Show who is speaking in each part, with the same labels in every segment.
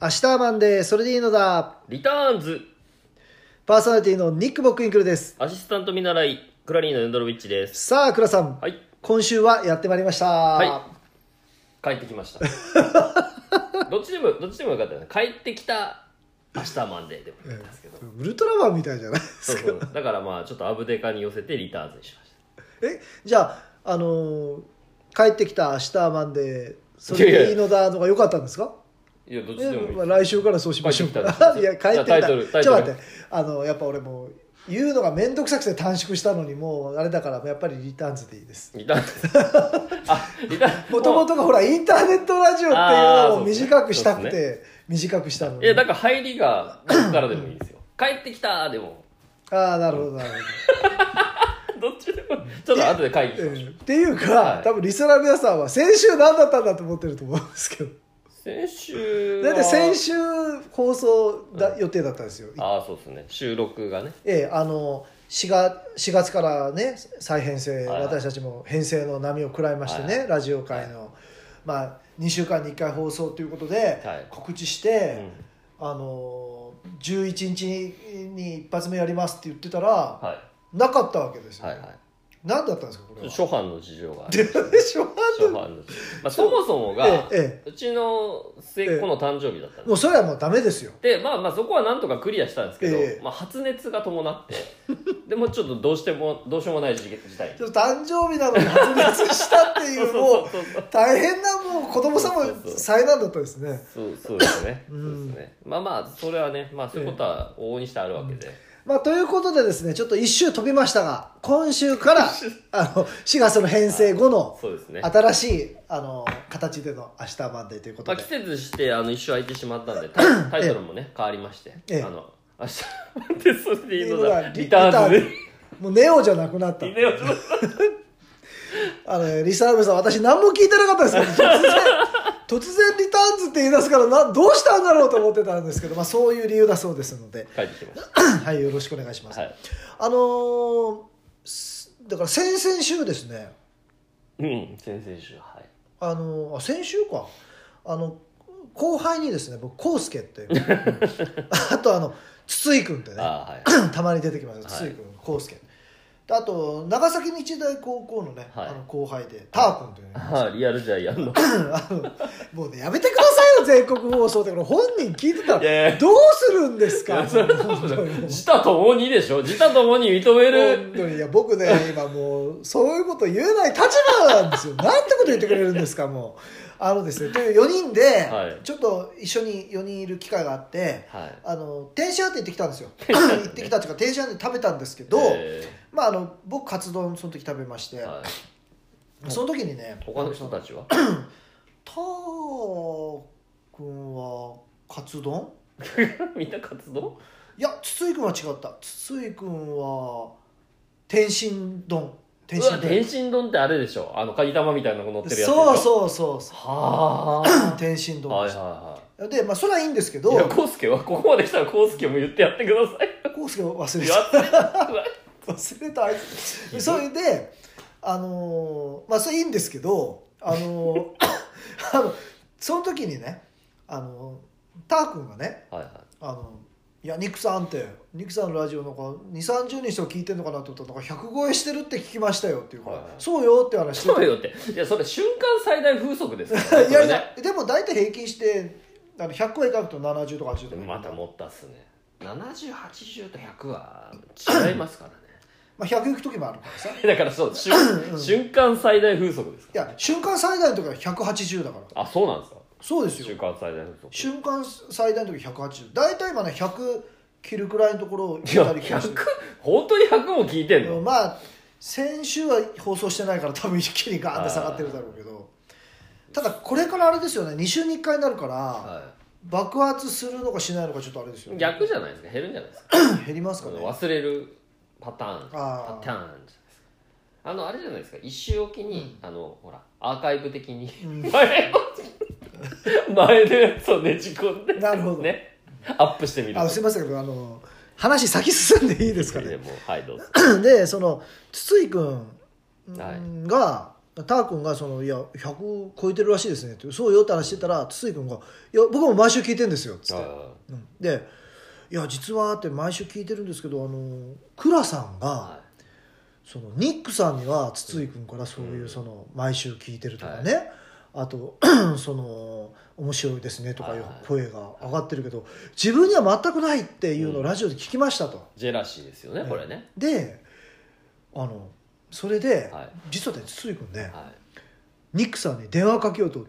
Speaker 1: 明日はマンデー、それでいいのだ。
Speaker 2: リターンズ
Speaker 1: パーソナリティのニック・ボックインクルです。
Speaker 2: アシスタント見習いクラリーナ・ヌドロビッチです
Speaker 1: さあ、倉さん、
Speaker 2: はい
Speaker 1: 今週はやってまいりました。
Speaker 2: は帰ってき ましたどっちでもどっちでもよかったよね帰ってきた明日マンデーでもよかったんですけど、
Speaker 1: ウルトラマンみたいじゃ ない
Speaker 2: そうそうだからまあちょっとアブデカに寄せてリターンズにしまし
Speaker 1: えじゃあ、あのー帰ってきた明日はマンデー、それでいいのだのが良かったんですか
Speaker 2: たいやどっち
Speaker 1: え
Speaker 2: でもいい
Speaker 1: まあ、来週からそうしましょう
Speaker 2: 帰ってきたん で
Speaker 1: い
Speaker 2: すよ
Speaker 1: や帰ってき
Speaker 2: じ
Speaker 1: た
Speaker 2: ゃあタイトルタイ
Speaker 1: ちょ
Speaker 2: ト
Speaker 1: っ
Speaker 2: ル
Speaker 1: と待ってあのやっぱ俺もう言うのが面倒くさくて短縮したのにもうあれだからやっぱりリターンズでいいです
Speaker 2: リターンズ あリターンズ
Speaker 1: もともとがほらインターネットラジオっていう
Speaker 2: あー
Speaker 1: のを短くしたく
Speaker 2: そ
Speaker 1: て、
Speaker 2: うで
Speaker 1: 短くしたの
Speaker 2: い
Speaker 1: に
Speaker 2: やだから入りがどっからでもいいですよ帰ってきたでも
Speaker 1: ああなるほどなるほど
Speaker 2: どっちでもちょっと後で会議しましょ
Speaker 1: う
Speaker 2: う
Speaker 1: んっていうか、
Speaker 2: はい
Speaker 1: 多分リスナーの皆さんは先週何だったんだと思ってると思うんですけど
Speaker 2: 先週
Speaker 1: だ
Speaker 2: は
Speaker 1: って先週放送だ、予定だったんですよ
Speaker 2: ああそうですね収録がね
Speaker 1: ええあの 4, 月4月からね再編成、
Speaker 2: はい
Speaker 1: 私たちも編成の波を食らいましてね、
Speaker 2: はい
Speaker 1: ラジオ界の、まあ、2週間に1回放送ということで
Speaker 2: はい
Speaker 1: 告知し
Speaker 2: う
Speaker 1: て、
Speaker 2: ん
Speaker 1: あの11日に一発目やりますって言ってたら、
Speaker 2: は
Speaker 1: なかったわけです
Speaker 2: い
Speaker 1: よ、
Speaker 2: はいはい
Speaker 1: 何だったんですかこれは
Speaker 2: 初版の事情がある
Speaker 1: で初版
Speaker 2: 初版
Speaker 1: の
Speaker 2: の事情、まあ、そもそもが
Speaker 1: えええ
Speaker 2: うちの末っ子の誕生日だったん
Speaker 1: えも
Speaker 2: で
Speaker 1: うそれはもうダメですよ
Speaker 2: でまあまあそこはなんとかクリアしたんですけど、
Speaker 1: ええ
Speaker 2: まあ、発熱が伴ってでもうちょっとどうしてもどうしようもない事事 態
Speaker 1: ちょっと誕生日なのに発熱したっていうもう
Speaker 2: そうそう
Speaker 1: 大変なもう子供さんも
Speaker 2: そうそうそう
Speaker 1: 災難だったですね
Speaker 2: そうそうですね,、
Speaker 1: うん
Speaker 2: そうですねまあまあそれはね、まあ、そういうことは往々にしてあるわけで、
Speaker 1: まあ、ということでですねちょっと一周飛びましたが今週からあの4月の編成後の
Speaker 2: そうですね
Speaker 1: 新しいあの形での「明日マンデー」というこ
Speaker 2: ま
Speaker 1: と
Speaker 2: あ、
Speaker 1: で
Speaker 2: 季、節してあの一生空いてしまったんでタイタイトルもね変わりまして、
Speaker 1: ええ
Speaker 2: あの明日 でそれでいいのだ
Speaker 1: リ
Speaker 2: リターンズ
Speaker 1: リもうネオじゃなくなった
Speaker 2: でいいのだ
Speaker 1: あのねリサーブさん私何も聞いてなかったですけど突然突然リターンズって言い出すからなどうしたんだろうと思ってたんですけど、まあ、そういう理由だそうですので、
Speaker 2: 帰ってきまし
Speaker 1: はい、よろしくお願いします、
Speaker 2: たはい
Speaker 1: あのーすだから先々週ですね
Speaker 2: うん先々週はい
Speaker 1: あのあ先週かあの後輩にですね僕コウスケ っていうあとあの筒井君ってね
Speaker 2: あ あ
Speaker 1: たまに出てきますよ
Speaker 2: はい
Speaker 1: 筒井君コウスケあと長崎日大高校のね、
Speaker 2: はい
Speaker 1: あの後輩でター君というね
Speaker 2: はいああリアルジャイアンの
Speaker 1: あのもうねやめてくださいよ全国放送ってこれ本人聞いてた
Speaker 2: いやい
Speaker 1: ら
Speaker 2: や
Speaker 1: どうするんですか本当に
Speaker 2: 自他ともにでしょ自他ともに認める
Speaker 1: 本当にいや僕 ね今もうそういうこと言えない立場なんですよなんてこと言ってくれるんですかもうあのですねという4人で
Speaker 2: はい
Speaker 1: ちょっと一緒に4人いる機会があって
Speaker 2: はい
Speaker 1: あの天津飯って行ってきたんですよ行ってきたっていうか天津飯で食べたんですけど、
Speaker 2: え
Speaker 1: まああの僕カツ丼その時食べまして、
Speaker 2: ーはい、
Speaker 1: その時にね
Speaker 2: 他の人たちは
Speaker 1: ター君はカツ丼
Speaker 2: みんな活動
Speaker 1: いや筒井君は違った筒井君は天津丼天
Speaker 2: うわ天津丼ってあれでしょあのカニ玉みたいなのが乗ってるやつでしょ
Speaker 1: そうそうそうそう
Speaker 2: は
Speaker 1: 天津
Speaker 2: あ
Speaker 1: 丼
Speaker 2: はい
Speaker 1: で
Speaker 2: はい
Speaker 1: す、
Speaker 2: は
Speaker 1: でまあそれはいいんですけ
Speaker 2: い
Speaker 1: ど
Speaker 2: いやコウスケはここまで来たらコウスケも言ってやってください
Speaker 1: コースケ忘れ
Speaker 2: い
Speaker 1: て
Speaker 2: や
Speaker 1: た
Speaker 2: うわ
Speaker 1: 忘れたあいつそれであのーまあそれいいんですけどあ のーあのその時にねあのーター君がね
Speaker 2: はいはい
Speaker 1: あのいや肉さんって肉さんのラジオなんか2 3 0人しか聞いてんのかなと思ったらなんか100超えしてるって聞きましたよっていうから、
Speaker 2: はいはい
Speaker 1: そうよって話してて
Speaker 2: そうよっていやそれ瞬間最大風速です から、ね、
Speaker 1: いやい
Speaker 2: それね
Speaker 1: やでも大体平均してあの100超えいかなくと70とか80とか
Speaker 2: でもまた持ったっすね7080と100は違いますからね
Speaker 1: まあ、100行く時もあるからさ
Speaker 2: だからそう瞬
Speaker 1: うん
Speaker 2: 瞬間最大風速です
Speaker 1: い
Speaker 2: から、
Speaker 1: や瞬間最大の時は180だから
Speaker 2: あそうなんですか
Speaker 1: そうです
Speaker 2: 瞬
Speaker 1: よ
Speaker 2: 間最大風速
Speaker 1: 瞬間最大の時180大体今ね100切るくらいのところを
Speaker 2: いや
Speaker 1: たり来たりし
Speaker 2: 100
Speaker 1: て
Speaker 2: 本当に100も聞いてんの、
Speaker 1: うんまあ先週は放送してないから多分一気にガーンって下がってるだろうけどただこれからあれですよね2週に1回になるから
Speaker 2: は
Speaker 1: 爆発するのかしないのかちょっとあれですよ
Speaker 2: い、
Speaker 1: ね
Speaker 2: 逆じゃないですか減るんじゃないですか
Speaker 1: 減ります
Speaker 2: そ
Speaker 1: かね
Speaker 2: の忘れるパターン
Speaker 1: あー
Speaker 2: パターンじゃないですかあのあれじゃないですか一周おきに、あのほらアーカイブ的に
Speaker 1: うん
Speaker 2: 前の前のやつをねじ込んで
Speaker 1: なるほど
Speaker 2: ねアップしてみる
Speaker 1: あすいませんけどあの話先進んでいいですかね
Speaker 2: もうはいどうぞ
Speaker 1: でその筒井君
Speaker 2: は
Speaker 1: が、ター君がその「いや100超えてるらしいですね」って「そうよ」って話してたら筒井君が「いや僕も毎週聞いてんですよ」っつって、
Speaker 2: あ
Speaker 1: うんで「いや実は」って毎週聞いてるんですけどあの倉さん
Speaker 2: あは
Speaker 1: が
Speaker 2: い
Speaker 1: そのニックさんには筒井君からそういううんその毎週聞いてるとかね、あと その「面白いですね」とかいう
Speaker 2: はいはい
Speaker 1: 声が上がってるけど自分には全くないっていうのを
Speaker 2: うん
Speaker 1: ラジオで聞きましたと。
Speaker 2: ジェラシーですよね
Speaker 1: うん
Speaker 2: これね
Speaker 1: であのそれで、
Speaker 2: はい
Speaker 1: 実はね筒井君ね、
Speaker 2: は
Speaker 1: ニックさんに電話かけようと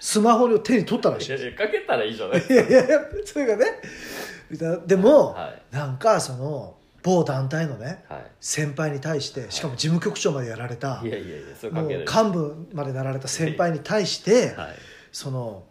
Speaker 1: スマホを手に取ったら
Speaker 2: い
Speaker 1: しい
Speaker 2: いやいやかけたらいいじゃない
Speaker 1: いやいやいやそれがねだでも、
Speaker 2: はい
Speaker 1: なんかその某団体のね
Speaker 2: は
Speaker 1: 先輩に対してしかも事務局長までやられた、
Speaker 2: いいやいやいやそれ
Speaker 1: も
Speaker 2: か
Speaker 1: う
Speaker 2: けない
Speaker 1: 幹部までなられた先輩に対して、
Speaker 2: は
Speaker 1: その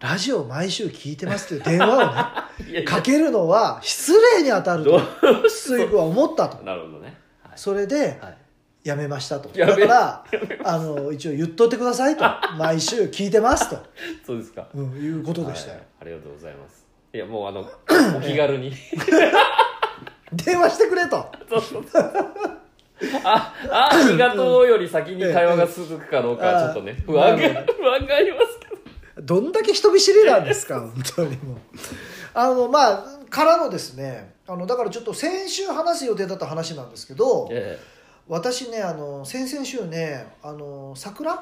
Speaker 1: ラジオ毎週聞いてますっていう電話を
Speaker 2: いいや
Speaker 1: ね
Speaker 2: いや
Speaker 1: かけるのは失礼に当たる
Speaker 2: ど
Speaker 1: と
Speaker 2: うし
Speaker 1: 筒井君は思ったと
Speaker 2: なるほどねはい
Speaker 1: それで
Speaker 2: はい
Speaker 1: やめましたと
Speaker 2: や
Speaker 1: だ
Speaker 2: め
Speaker 1: からあの一応言っといてください と毎週聞いてますと、
Speaker 2: そうですか
Speaker 1: うん、いうことでしたよ、
Speaker 2: はいありがとうございますいやもうあの お気軽に
Speaker 1: 電話してくれと
Speaker 2: そうそうそうああありがとうより先に会話が続くかどうかはちょっとね
Speaker 1: うん
Speaker 2: 不安
Speaker 1: な
Speaker 2: が不安がありますけど
Speaker 1: どんだけ人見知りなんです か本当にもうあのまあからのですねあのだからちょっと先週話す予定だった話なんですけど
Speaker 2: え
Speaker 1: 私ねあの先々週ねあの桜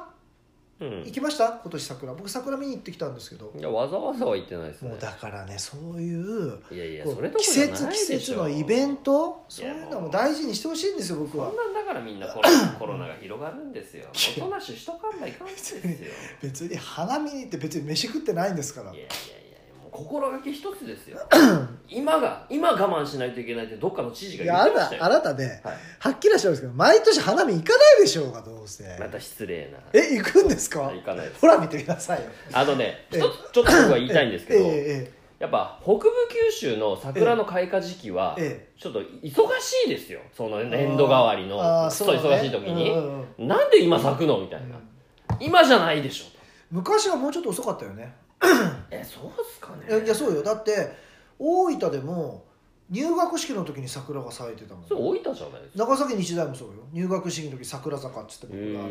Speaker 2: えうん
Speaker 1: 行きました今年桜僕桜見に行ってきたんですけど
Speaker 2: いやわざわざは言ってないですね
Speaker 1: もうだからねそういう
Speaker 2: いやいや
Speaker 1: こう
Speaker 2: それどこ
Speaker 1: 季
Speaker 2: ろじゃないでし
Speaker 1: 節
Speaker 2: ょ
Speaker 1: 季節のイベント
Speaker 2: い
Speaker 1: そう
Speaker 2: や
Speaker 1: いうのも大事にしてほしいんですよ僕
Speaker 2: こ
Speaker 1: は
Speaker 2: んなんだからみんな コロコロナが広がるんですよおとなしいしとかんないかんですよいやいやい
Speaker 1: 別に花見に行って別に飯食ってないんですから
Speaker 2: やもう心がけ一つで すよ今が今我慢しないといけないってどっかの知事が
Speaker 1: い
Speaker 2: 言
Speaker 1: やあ
Speaker 2: ってま
Speaker 1: な
Speaker 2: したよ
Speaker 1: あなたね
Speaker 2: はい、
Speaker 1: はっきりおっしゃるんですけど毎年花見行かないでしょうがどうせ
Speaker 2: また失礼な
Speaker 1: え行くんですか
Speaker 2: 行かないです
Speaker 1: ほら見てくださいよ
Speaker 2: あのね
Speaker 1: え
Speaker 2: 一つちょっと僕は言いたいんですけど、
Speaker 1: ええ
Speaker 2: やっぱ北部九州の桜の開花時期は
Speaker 1: ええ
Speaker 2: ちょっと忙しいですよその年度代わりの
Speaker 1: あー
Speaker 2: ちょっと
Speaker 1: そうだ
Speaker 2: 忙
Speaker 1: ね
Speaker 2: しい時に、
Speaker 1: うんうんうん
Speaker 2: なんで今咲くのみたいな、今じゃないでしょ
Speaker 1: 昔はもうちょっと遅かったよね
Speaker 2: えそうっすかね
Speaker 1: いやいやそうよだって大分でも入学式の時に桜が咲いてたもん
Speaker 2: それ大分じゃないですか
Speaker 1: 長崎日大もそうよ入学式の時桜坂っつって僕
Speaker 2: う
Speaker 1: があの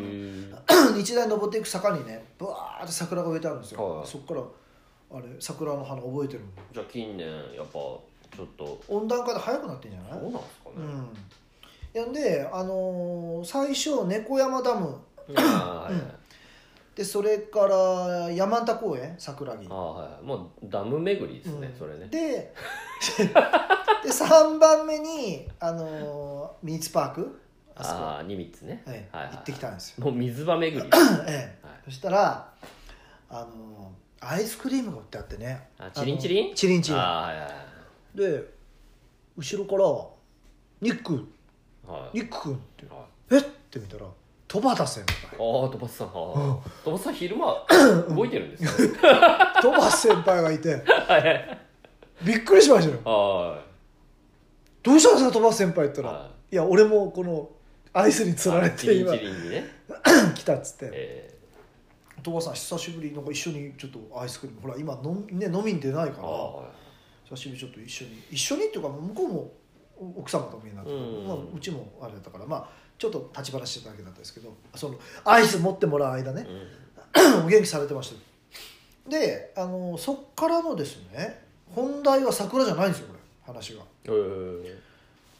Speaker 2: ーん
Speaker 1: 日大登っていく坂にねブワーって桜が植えてあるんですよ、
Speaker 2: はい
Speaker 1: そっからあれ桜の花覚えてるもん
Speaker 2: じゃあ近年やっぱちょっと
Speaker 1: 温暖化で早くなってんじゃない
Speaker 2: そうなんですか
Speaker 1: う
Speaker 2: ね、
Speaker 1: んいやんで、あのー最初猫山ダム
Speaker 2: あーはいはい
Speaker 1: でそれから山田公園桜木
Speaker 2: あーはいもうダム巡りですね、
Speaker 1: うん
Speaker 2: それね
Speaker 1: でで3番目に、あのーミニッツパークあそこ
Speaker 2: ああーニミッツね、
Speaker 1: ええ
Speaker 2: はいはいはい
Speaker 1: 行ってきたんですよ、
Speaker 2: もう水場巡 り
Speaker 1: ええ
Speaker 2: はい
Speaker 1: そしたら、あのーアイスクリームが売ってあってね
Speaker 2: あチリンチリン
Speaker 1: あのチリンチリン
Speaker 2: あーはいはい
Speaker 1: で後ろから「ニック
Speaker 2: はいはい
Speaker 1: ニック君」って
Speaker 2: は
Speaker 1: 「
Speaker 2: い
Speaker 1: えっ?」て見たら「戸端先輩
Speaker 2: あ」あ鳥羽さんあー鳥羽さん 昼間動いてるんです よ
Speaker 1: 戸端先輩がいてびっくりしましたよ
Speaker 2: は
Speaker 1: 「どうしたんですか鳥羽先輩」って言ったら
Speaker 2: は
Speaker 1: 「いや俺もこのアイスに
Speaker 2: い
Speaker 1: 釣られ
Speaker 2: チ
Speaker 1: て
Speaker 2: リン
Speaker 1: 今
Speaker 2: チリンにね、
Speaker 1: 来た」っつって
Speaker 2: ええ
Speaker 1: 「鳥羽さん久しぶりなんか一緒にちょっとアイスクリームほら今のん、ね、飲みに出ないか
Speaker 2: あ
Speaker 1: ら
Speaker 2: ーはい
Speaker 1: 久しぶりちょっと一緒に一緒にっていうか向こうもお奥様とみんなで、
Speaker 2: うん
Speaker 1: まあ、うちもあれだったからまあちょっと立ち話してただけだったんですけどそのアイス持ってもらう間ね
Speaker 2: うん
Speaker 1: お元気されてましたであのそっからのですね本題は桜じゃないんですよこれ話が
Speaker 2: えー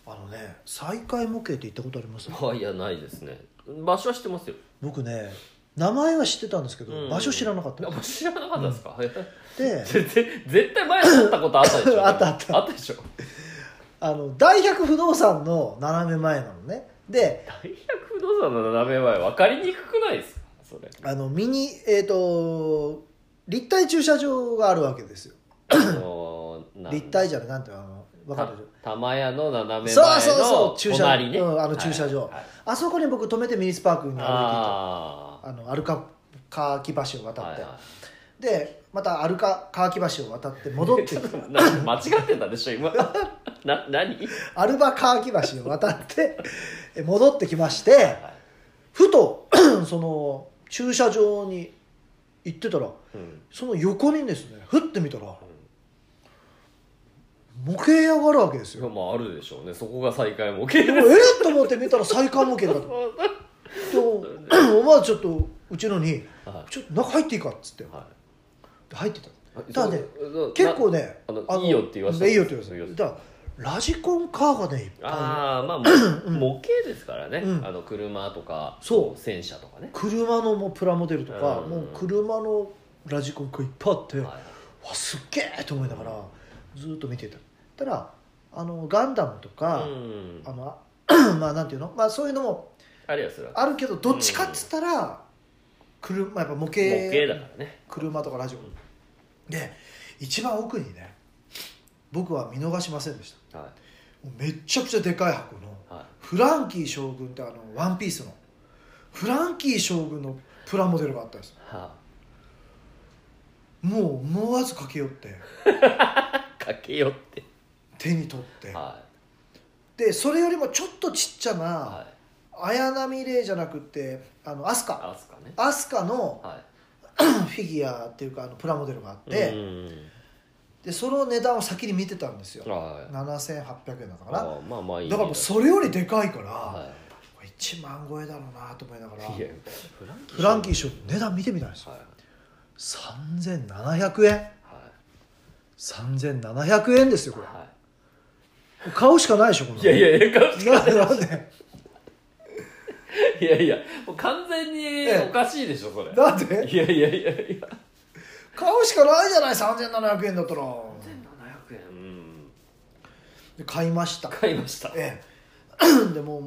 Speaker 1: あのね再会模型って言ったことあります
Speaker 2: あいやないですね場所は知ってますよ
Speaker 1: 僕ね名前は知ってたんですけど、
Speaker 2: うん
Speaker 1: 場所知らなかった
Speaker 2: あ知らなかったですか、
Speaker 1: で
Speaker 2: ぜぜ絶対前に会ったことあったでしょ
Speaker 1: あったあった
Speaker 2: あったでしょ
Speaker 1: あの大百不動産の斜め前なのねで
Speaker 2: 大百不動産の斜め前分かりにくくないですかそれ
Speaker 1: あのミニえっ、と立体駐車場があるわけですよ
Speaker 2: あのな
Speaker 1: 立体じゃないなんていうのあの分かるでしょ
Speaker 2: た玉屋の斜め前
Speaker 1: そうそうそ
Speaker 2: の
Speaker 1: う駐車
Speaker 2: 隣ね
Speaker 1: うんあの駐車場
Speaker 2: はいはい
Speaker 1: あそこに僕止めてミニスパークに歩いてた
Speaker 2: あ
Speaker 1: あのアルカカーキ橋を
Speaker 2: あ
Speaker 1: 渡って、
Speaker 2: は
Speaker 1: でまたアルカ川木橋を渡って戻ってきて
Speaker 2: いはいなんか間違ってたでしょ今 な何
Speaker 1: アルバ川木橋を渡ってえ戻ってきまし
Speaker 2: は
Speaker 1: て
Speaker 2: いはい
Speaker 1: ふと その駐車場に行ってたら
Speaker 2: うん
Speaker 1: その横にですねふって見たら模型屋があるわけです
Speaker 2: い
Speaker 1: よ
Speaker 2: やまああるでしょうねそこが再開も OK
Speaker 1: えっと思って見たら再刊模型だとでもお前はちょっとうちのに
Speaker 2: は
Speaker 1: 「ちょっと中入っていいか」っつって
Speaker 2: いは
Speaker 1: 入ってた
Speaker 2: い
Speaker 1: ただね
Speaker 2: そうそう
Speaker 1: 結構ね
Speaker 2: あのいいよって言わせた
Speaker 1: いいよって言わせ
Speaker 2: いいよって
Speaker 1: ただからラジコンカーがねいっぱいある
Speaker 2: ああまあ、模型ですからね、
Speaker 1: うん
Speaker 2: あの車とか
Speaker 1: そう
Speaker 2: 戦車とかね、
Speaker 1: 車のもうプラモデルとか、
Speaker 2: うん
Speaker 1: もう車のラジコンがいっぱいあって、
Speaker 2: は
Speaker 1: わすっげえと思いながらずーっと見てたたらあのガンダムと
Speaker 2: い、
Speaker 1: か、
Speaker 2: うん
Speaker 1: あのまあなんていうの、まあ、そういうのも
Speaker 2: あるいはするわけ
Speaker 1: あるけどどっちかっつったら、車やっぱ模型
Speaker 2: 模型だからね
Speaker 1: 車とかラジオで一番奥にね僕は見逃しませんでした
Speaker 2: は
Speaker 1: もうめっちゃくちゃでかい箱の
Speaker 2: いは
Speaker 1: フランキー将軍ってあのワンピースのフランキー将軍のプラモデルがあったんです
Speaker 2: いは
Speaker 1: もう思わず駆け寄って
Speaker 2: あかけよって
Speaker 1: 手に取って
Speaker 2: は、
Speaker 1: でそれよりもちょっとちっちゃない
Speaker 2: はい
Speaker 1: 綾波レイじゃなくてあのアスカ
Speaker 2: あすかね
Speaker 1: アスカ の
Speaker 2: は
Speaker 1: フィギュアっていうかあのプラモデルがあっ
Speaker 2: い
Speaker 1: て、
Speaker 2: うん
Speaker 1: でその値段を先に見てたんですよ
Speaker 2: はい
Speaker 1: 7800円だったか
Speaker 2: あ
Speaker 1: ら
Speaker 2: ーまあまあいい
Speaker 1: だからもうそれよりでかいから、
Speaker 2: は
Speaker 1: これ1万超えだろうなと思いながら
Speaker 2: いいやフランキー
Speaker 1: フランキー賞値段見てみたんですよ
Speaker 2: はい
Speaker 1: 3700円
Speaker 2: は
Speaker 1: 3700円ですよこ
Speaker 2: い
Speaker 1: れ
Speaker 2: は
Speaker 1: 買うしかないでしょこの
Speaker 2: いいやいやいや
Speaker 1: いやなんで
Speaker 2: いやいやもう完全におかしいでしょそれ
Speaker 1: なんで
Speaker 2: いやいやいやいや
Speaker 1: 買うしかないじゃない3700円だったら
Speaker 2: 1700円うん
Speaker 1: で買いました
Speaker 2: 買いました
Speaker 1: ええでもう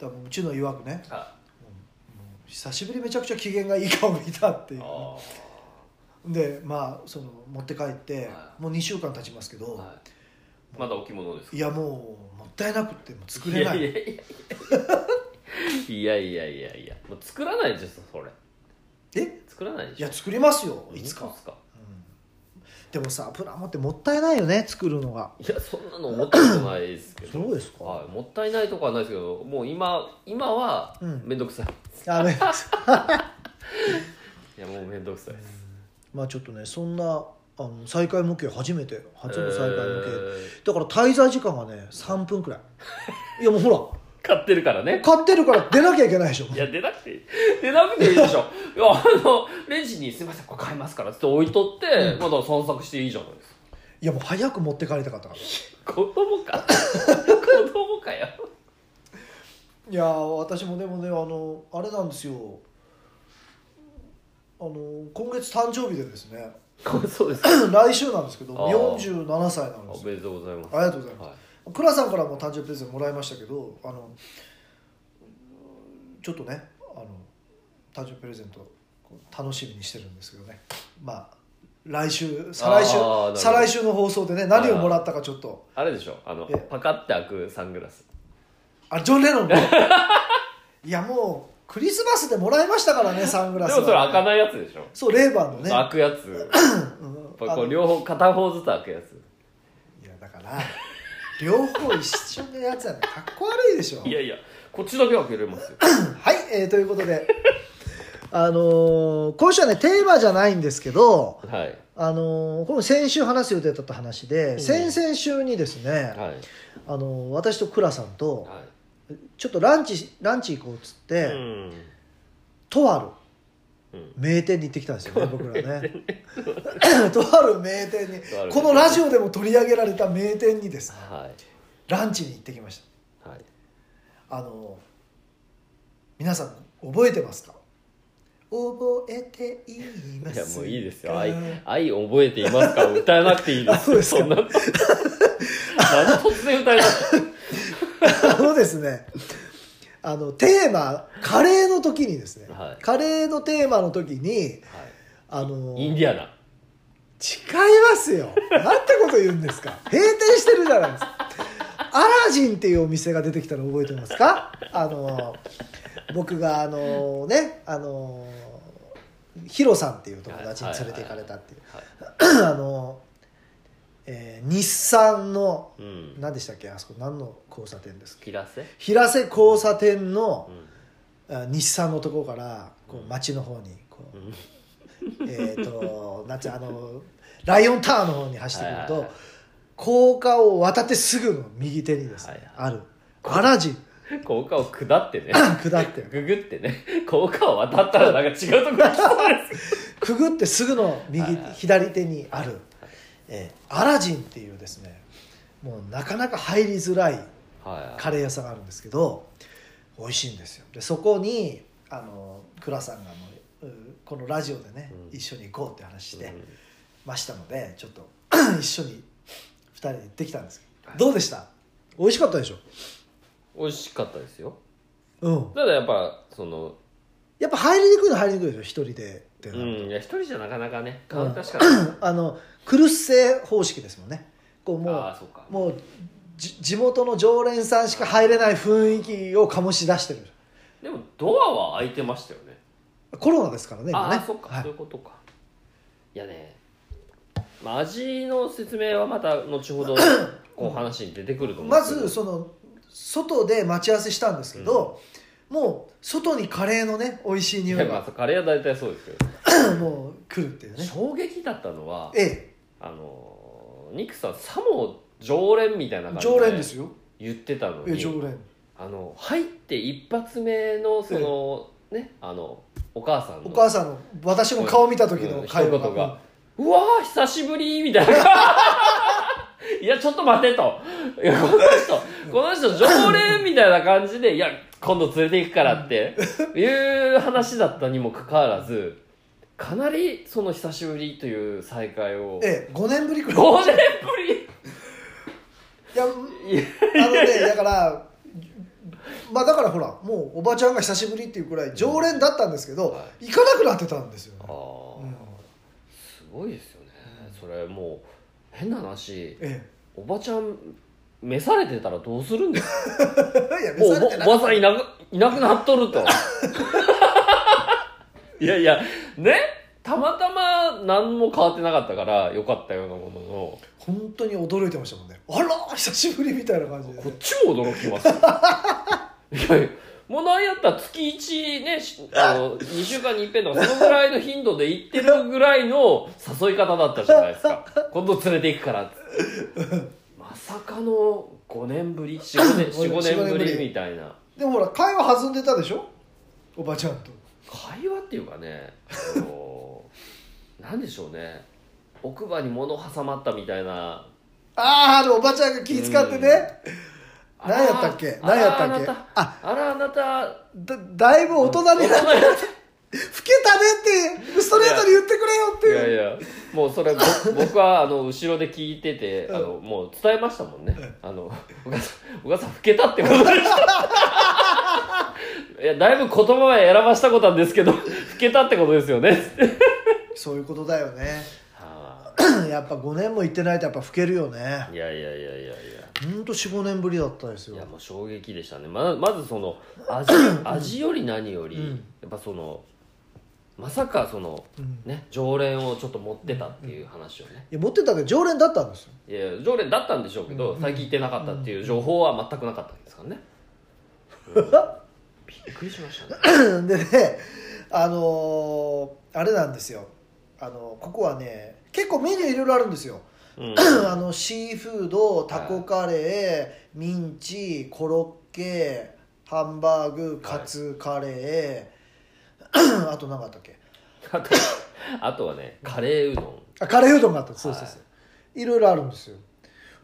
Speaker 1: だからもううちの曰くね
Speaker 2: あ
Speaker 1: 久しぶりめちゃくちゃ機嫌がいい顔見たっていう
Speaker 2: あ
Speaker 1: でまあその持って帰って
Speaker 2: は
Speaker 1: もう2週間経ちますけ
Speaker 2: ー
Speaker 1: ど、
Speaker 2: はいまだ置物ですか
Speaker 1: い、やもうもったいなくってもう作れない
Speaker 2: いやいやいやいやいやいやいやもう作らないでしょそれ
Speaker 1: え
Speaker 2: 作らないで
Speaker 1: い
Speaker 2: しょ
Speaker 1: や作りますよいつ
Speaker 2: 本
Speaker 1: か
Speaker 2: 当っすか
Speaker 1: でもさプラモってもったいないよね作るのが
Speaker 2: いやそんなの思ったことないですけど
Speaker 1: そうですか、
Speaker 2: はい、もったいないとかはないですけどもう今今は
Speaker 1: うん
Speaker 2: 面倒くさい、
Speaker 1: あれ
Speaker 2: いやもう面倒くさいです
Speaker 1: まあちょっとねそんなあの再開模型初めて初の再開模型、
Speaker 2: え
Speaker 1: だから滞在時間がね3分くらいいやもうほ
Speaker 2: ー買ってるから
Speaker 1: ら
Speaker 2: ね
Speaker 1: 買ってるから出なきゃいけないでしょ
Speaker 2: いや出なくていい出なくていいでしょいやあのレジに「すいませんこれ買いますから」って置いとって、まだ散策していいじゃないですか
Speaker 1: いやもう早く持って帰りたかったから
Speaker 2: 子供か 子供かよ
Speaker 1: いやー私もでもねあのあれなんですよあの今月誕生日でですね
Speaker 2: そうです
Speaker 1: 来週なんですけど
Speaker 2: あー
Speaker 1: 47歳なんで
Speaker 2: お
Speaker 1: すよ
Speaker 2: めでとうございます
Speaker 1: ありがとうございます、
Speaker 2: はい
Speaker 1: 倉さんからも誕生日プレゼントもらいましたけどあのちょっとねあの誕生日プレゼントこう楽しみにしてるんですけどねまあ来週再来週
Speaker 2: あーなるほど
Speaker 1: 再来週の放送でね何をもらったかちょっと
Speaker 2: あれでしょあの
Speaker 1: え
Speaker 2: パカって開くサングラス
Speaker 1: あジョン・レノンの いやもうクリスマスでもらいましたからねサング
Speaker 2: で
Speaker 1: ラ
Speaker 2: も
Speaker 1: ス
Speaker 2: それ開か
Speaker 1: い
Speaker 2: ないやつでしょ
Speaker 1: そうレイバンのね
Speaker 2: 開くやつ
Speaker 1: うん
Speaker 2: こうこ
Speaker 1: あの
Speaker 2: う両方片方ずつ開くやつ
Speaker 1: いやだから両方一緒のやつはねかっこ悪いでしょ
Speaker 2: いやいやこっちだけ開けれますよ
Speaker 1: はい、えーということで あのー今週はねテーマじゃないんですけど
Speaker 2: はい
Speaker 1: あのーこの先週話す予定だった話で、
Speaker 2: ん
Speaker 1: 先々週にですね、
Speaker 2: はい
Speaker 1: あのー私と倉さんと
Speaker 2: は
Speaker 1: ちょっとランチランチ行こうっつっ
Speaker 2: い
Speaker 1: て、
Speaker 2: うん
Speaker 1: とある
Speaker 2: うん
Speaker 1: 名店に行ってきたんですよね僕らね とある名店に
Speaker 2: とある名店
Speaker 1: このラジオでも取り上げられた名店にですね
Speaker 2: は
Speaker 1: ランチに行ってきまし
Speaker 2: いはい
Speaker 1: たあのー皆さん覚えてますか覚えていま
Speaker 2: い
Speaker 1: す
Speaker 2: や
Speaker 1: か
Speaker 2: もういいですよ愛愛覚えていますか歌えなくていいで
Speaker 1: あそう
Speaker 2: す
Speaker 1: ですか
Speaker 2: んななんで突然歌えなくて
Speaker 1: あのですねあのテーマカレーの時にですね、
Speaker 2: はい
Speaker 1: カレーのテーマの時に
Speaker 2: は
Speaker 1: あの
Speaker 2: いインディア
Speaker 1: 違
Speaker 2: ナ
Speaker 1: いますよなんてこと言うんですか閉店してるじゃないですかアラジンっていうお店が出てきたの覚えてますかあの僕があのねあのヒロさんっていう友達に連れて行かれたっていう
Speaker 2: は い
Speaker 1: あの、えー日産の
Speaker 2: うん
Speaker 1: 何でしたっけあそこ何の交差点ですか
Speaker 2: キラセ
Speaker 1: 平瀬交差点の
Speaker 2: う、ん
Speaker 1: あ日産のところからこう町の方にこう、
Speaker 2: うん
Speaker 1: えっ、となんていうのあのライオンタワーの方に走ってくると、
Speaker 2: はいはいはい
Speaker 1: 高架を渡ってすぐの右手にですね、
Speaker 2: はいはい
Speaker 1: あるアラジン
Speaker 2: 高架を下ってね
Speaker 1: 下って
Speaker 2: ググってね 高架を渡ったらなんか違うところに来そうです
Speaker 1: くぐってすぐの
Speaker 2: は
Speaker 1: 右
Speaker 2: いはい
Speaker 1: 左手にある、えーアラジンっていうですねもうなかなか入りづらい
Speaker 2: はい
Speaker 1: カレー屋さんがあるんですけど美味しいんですよでそこにあの倉さんがもううこのラジオでね、
Speaker 2: うん
Speaker 1: 一緒に行こうって話して
Speaker 2: うん
Speaker 1: ましたので、ちょっと 一緒に2人で行ってきたんですけど、
Speaker 2: はい
Speaker 1: どうでした美味しかったでしょ
Speaker 2: 美味しかったですよ
Speaker 1: うん
Speaker 2: ただやっぱその
Speaker 1: やっぱ入りにくいのは入りにくいでしょ一人でって
Speaker 2: う
Speaker 1: なると
Speaker 2: んいや一人じゃなかなかね
Speaker 1: うん
Speaker 2: 確かに
Speaker 1: あのクルッセ方式ですもんねこうも
Speaker 2: あ
Speaker 1: う
Speaker 2: あそうか
Speaker 1: もうじ地元の常連さんしか入れない雰囲気を醸し出してる
Speaker 2: でもドアは開いてましたよね
Speaker 1: コロナですからね今
Speaker 2: あ
Speaker 1: ね
Speaker 2: あそっか、
Speaker 1: はい
Speaker 2: そういうことかいやね、まあ、味の説明はまた後ほど こう話に出てくると思うん
Speaker 1: ま
Speaker 2: ですけど
Speaker 1: ずその外で待ち合わせしたんですけど、もう外にカレーのね美味しい
Speaker 2: い
Speaker 1: 匂
Speaker 2: や
Speaker 1: い
Speaker 2: まあ
Speaker 1: が
Speaker 2: カレーは大体そうですけど、
Speaker 1: もう来るっていうね
Speaker 2: 衝撃だったのは
Speaker 1: え
Speaker 2: あのニクさんさも常連みたいな
Speaker 1: え
Speaker 2: 感じ
Speaker 1: 常連で
Speaker 2: です
Speaker 1: よ
Speaker 2: 言ってたの
Speaker 1: ええ常
Speaker 2: に
Speaker 1: 連
Speaker 2: あの入って一発目のそのねあのお母さんの
Speaker 1: お母さんの私の顔見た時
Speaker 2: う
Speaker 1: の
Speaker 2: ん
Speaker 1: 会話
Speaker 2: 一言
Speaker 1: が
Speaker 2: が「うわー久しぶり」みたいな 「いやちょっと待て」と「いやこの人この人常連」みたいな感じで「いや今度連れて行くから」っていう話だったにもかかわらずかなりその久しぶりという再会を
Speaker 1: ええ5年ぶりくらい
Speaker 2: 5年ぶ
Speaker 1: いや
Speaker 2: りいや
Speaker 1: あのねだからまあだからほらもうおばちゃんが久しぶりっていうくらい常連だったんですけど、
Speaker 2: は
Speaker 1: 行かなくなってたんですよ
Speaker 2: あ
Speaker 1: ね、
Speaker 2: ー
Speaker 1: うん
Speaker 2: すごいですよねそれもう変な話
Speaker 1: え
Speaker 2: おばちゃん召されてたらどうするんですか
Speaker 1: えいや
Speaker 2: も
Speaker 1: 別
Speaker 2: う
Speaker 1: に
Speaker 2: おばおばさんいなくいなくなっとると いやいやねたまたま何も変わってなかったからよかったようなものの
Speaker 1: 本当に驚いてましたもんねあら久しぶりみたいな感じで
Speaker 2: こっちも驚き ますよいやいやもうなんやったら月1ねしあの2週間に一遍とかそのぐらいの頻度で行ってるぐらいの誘い方だったじゃないです か今度連れて行くからってまさかの5年ぶり45年
Speaker 1: 45
Speaker 2: ,45 年ぶ
Speaker 1: 年ぶり
Speaker 2: りみたいな
Speaker 1: でもほら会話弾んでたでしょおばちゃんと
Speaker 2: 会話っていうかねあのなんでしょうね奥歯に物挟まったみたいな
Speaker 1: あああのおばちゃんが気使ってね
Speaker 2: あら
Speaker 1: 何やったっけ何やったっけ
Speaker 2: あらあな
Speaker 1: あ
Speaker 2: たあらあなた
Speaker 1: だだいぶ大人になって
Speaker 2: 大人
Speaker 1: 老けたねってストレートに言ってくれよって
Speaker 2: に
Speaker 1: い
Speaker 2: な
Speaker 1: う
Speaker 2: っていやいやもうそれぼ 僕はあの後ろで聞いててあのもう伝えましたもんねあの お母さんお母さん老けたってことでした いやだいぶ言葉は選ばしたことなんですけど 老けたってことですよね って
Speaker 1: そういうことだよね
Speaker 2: は
Speaker 1: やっぱ5年も行ってないとやっぱ老けるよね
Speaker 2: あいやいやいやいやいや
Speaker 1: ほんと45年ぶりだったです
Speaker 2: い
Speaker 1: よ
Speaker 2: やもう衝撃でしたねままずその 味味より何より、
Speaker 1: うん
Speaker 2: やっぱそのまさかその、
Speaker 1: うん
Speaker 2: ね常連をちょっと持ってたっていう話をね、
Speaker 1: いや持ってたけど常連だったんですよ
Speaker 2: いや常連だったんでしょうけど、最近行ってなかったっていう情報は全くなかったんですからね、うんびっくりしましたね
Speaker 1: でねあのーあれなんですよあのここはね結構メニューいろいろあるんですよ、
Speaker 2: うん
Speaker 1: あのシーフードタコカレーミンチコロッケハンバーグカツカレー、 あと何かあったっけ
Speaker 2: あとあとはねカレーうどん
Speaker 1: あカレーうどんがあったそうそうそう、い、ろいろあるんですよ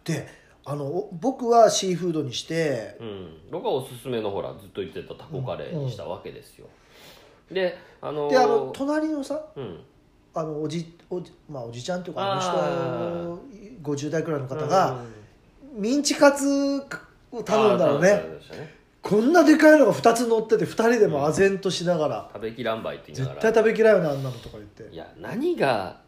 Speaker 1: であのお僕はシーフードにして
Speaker 2: うん、僕はおすすめのほらずっと言ってたタコカレーにしたわけですよ、であのー
Speaker 1: であの隣のさ
Speaker 2: うん、
Speaker 1: あのおじおじ,、まあ、おじちゃんというかあ
Speaker 2: あ
Speaker 1: の人50代くらいの方が、
Speaker 2: うん
Speaker 1: ミンチカツを頼んだの
Speaker 2: あ
Speaker 1: ね
Speaker 2: ー頼んだんだね
Speaker 1: こんなでかいのが2つ乗ってて2人でも唖然としながら、
Speaker 2: 食べきらんばいって言いな
Speaker 1: 絶
Speaker 2: がら
Speaker 1: 対食べきらんよなあんなのとか言って
Speaker 2: いや何が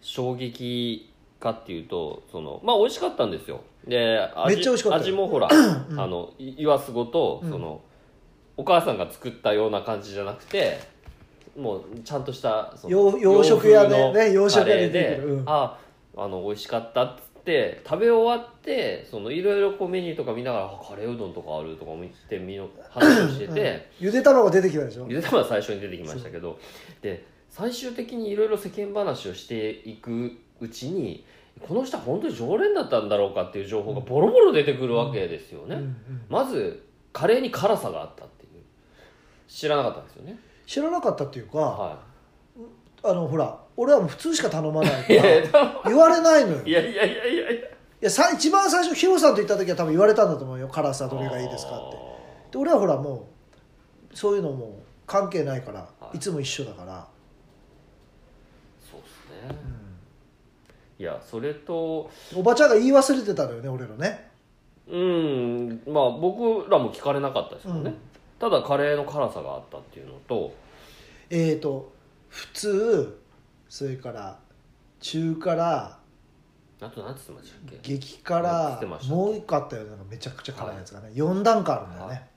Speaker 2: 衝撃かっていうとそのまあ美味しかったんですよで味
Speaker 1: めっちゃ美味しかったよ
Speaker 2: 味もほら、
Speaker 1: ん
Speaker 2: あのいわすごと
Speaker 1: うん
Speaker 2: その、お母さんが作ったような感じじゃなくてもうちゃんとしたその
Speaker 1: 洋洋食屋で
Speaker 2: 洋風の
Speaker 1: ね洋食屋で
Speaker 2: カレーで、
Speaker 1: うん
Speaker 2: ああの美味しかったっつって食べ終わってそのいろいろこうメニューとか見ながらあカレーうどんとかあるとか見てみの話をしてて、
Speaker 1: ゆで卵出てきたでしょ
Speaker 2: ゆで卵は最初に出てきましたけどで最終的にいろいろ世間話をしていくうちにこの人は本当に常連だったんだろうかっていう情報がボロボロ出てくるわけですよね、
Speaker 1: うんうん
Speaker 2: まずカレーに辛さがあったっていう知らなかったんですよね
Speaker 1: 知らなかったっていうか、
Speaker 2: は
Speaker 1: あのほら俺はもう普通しか頼まない
Speaker 2: い
Speaker 1: か
Speaker 2: い
Speaker 1: ら
Speaker 2: やいや
Speaker 1: 言われないのよ
Speaker 2: いやいやいやいやいや
Speaker 1: いやさ一番最初ヒロさんと行った時は多分言われたんだと思うよ「辛さどれがいいですか?」ってで俺はほらもうそういうのもう関係ないから、、
Speaker 2: はいい
Speaker 1: つも一緒だから、
Speaker 2: そうですねいやそれと
Speaker 1: おばちゃんが言い忘れてたのよね俺のね
Speaker 2: うんまあ僕らも聞かれなかったですけどね、
Speaker 1: うん
Speaker 2: ただカレーの辛さがあったっていうのと
Speaker 1: えーと普通それから中辛
Speaker 2: あと何て言ってましたっけ
Speaker 1: 激
Speaker 2: なん
Speaker 1: 辛
Speaker 2: つってましたっけ
Speaker 1: もう一個あったよねなんかめちゃくちゃ辛いやつがね、四4段階あるんだよね、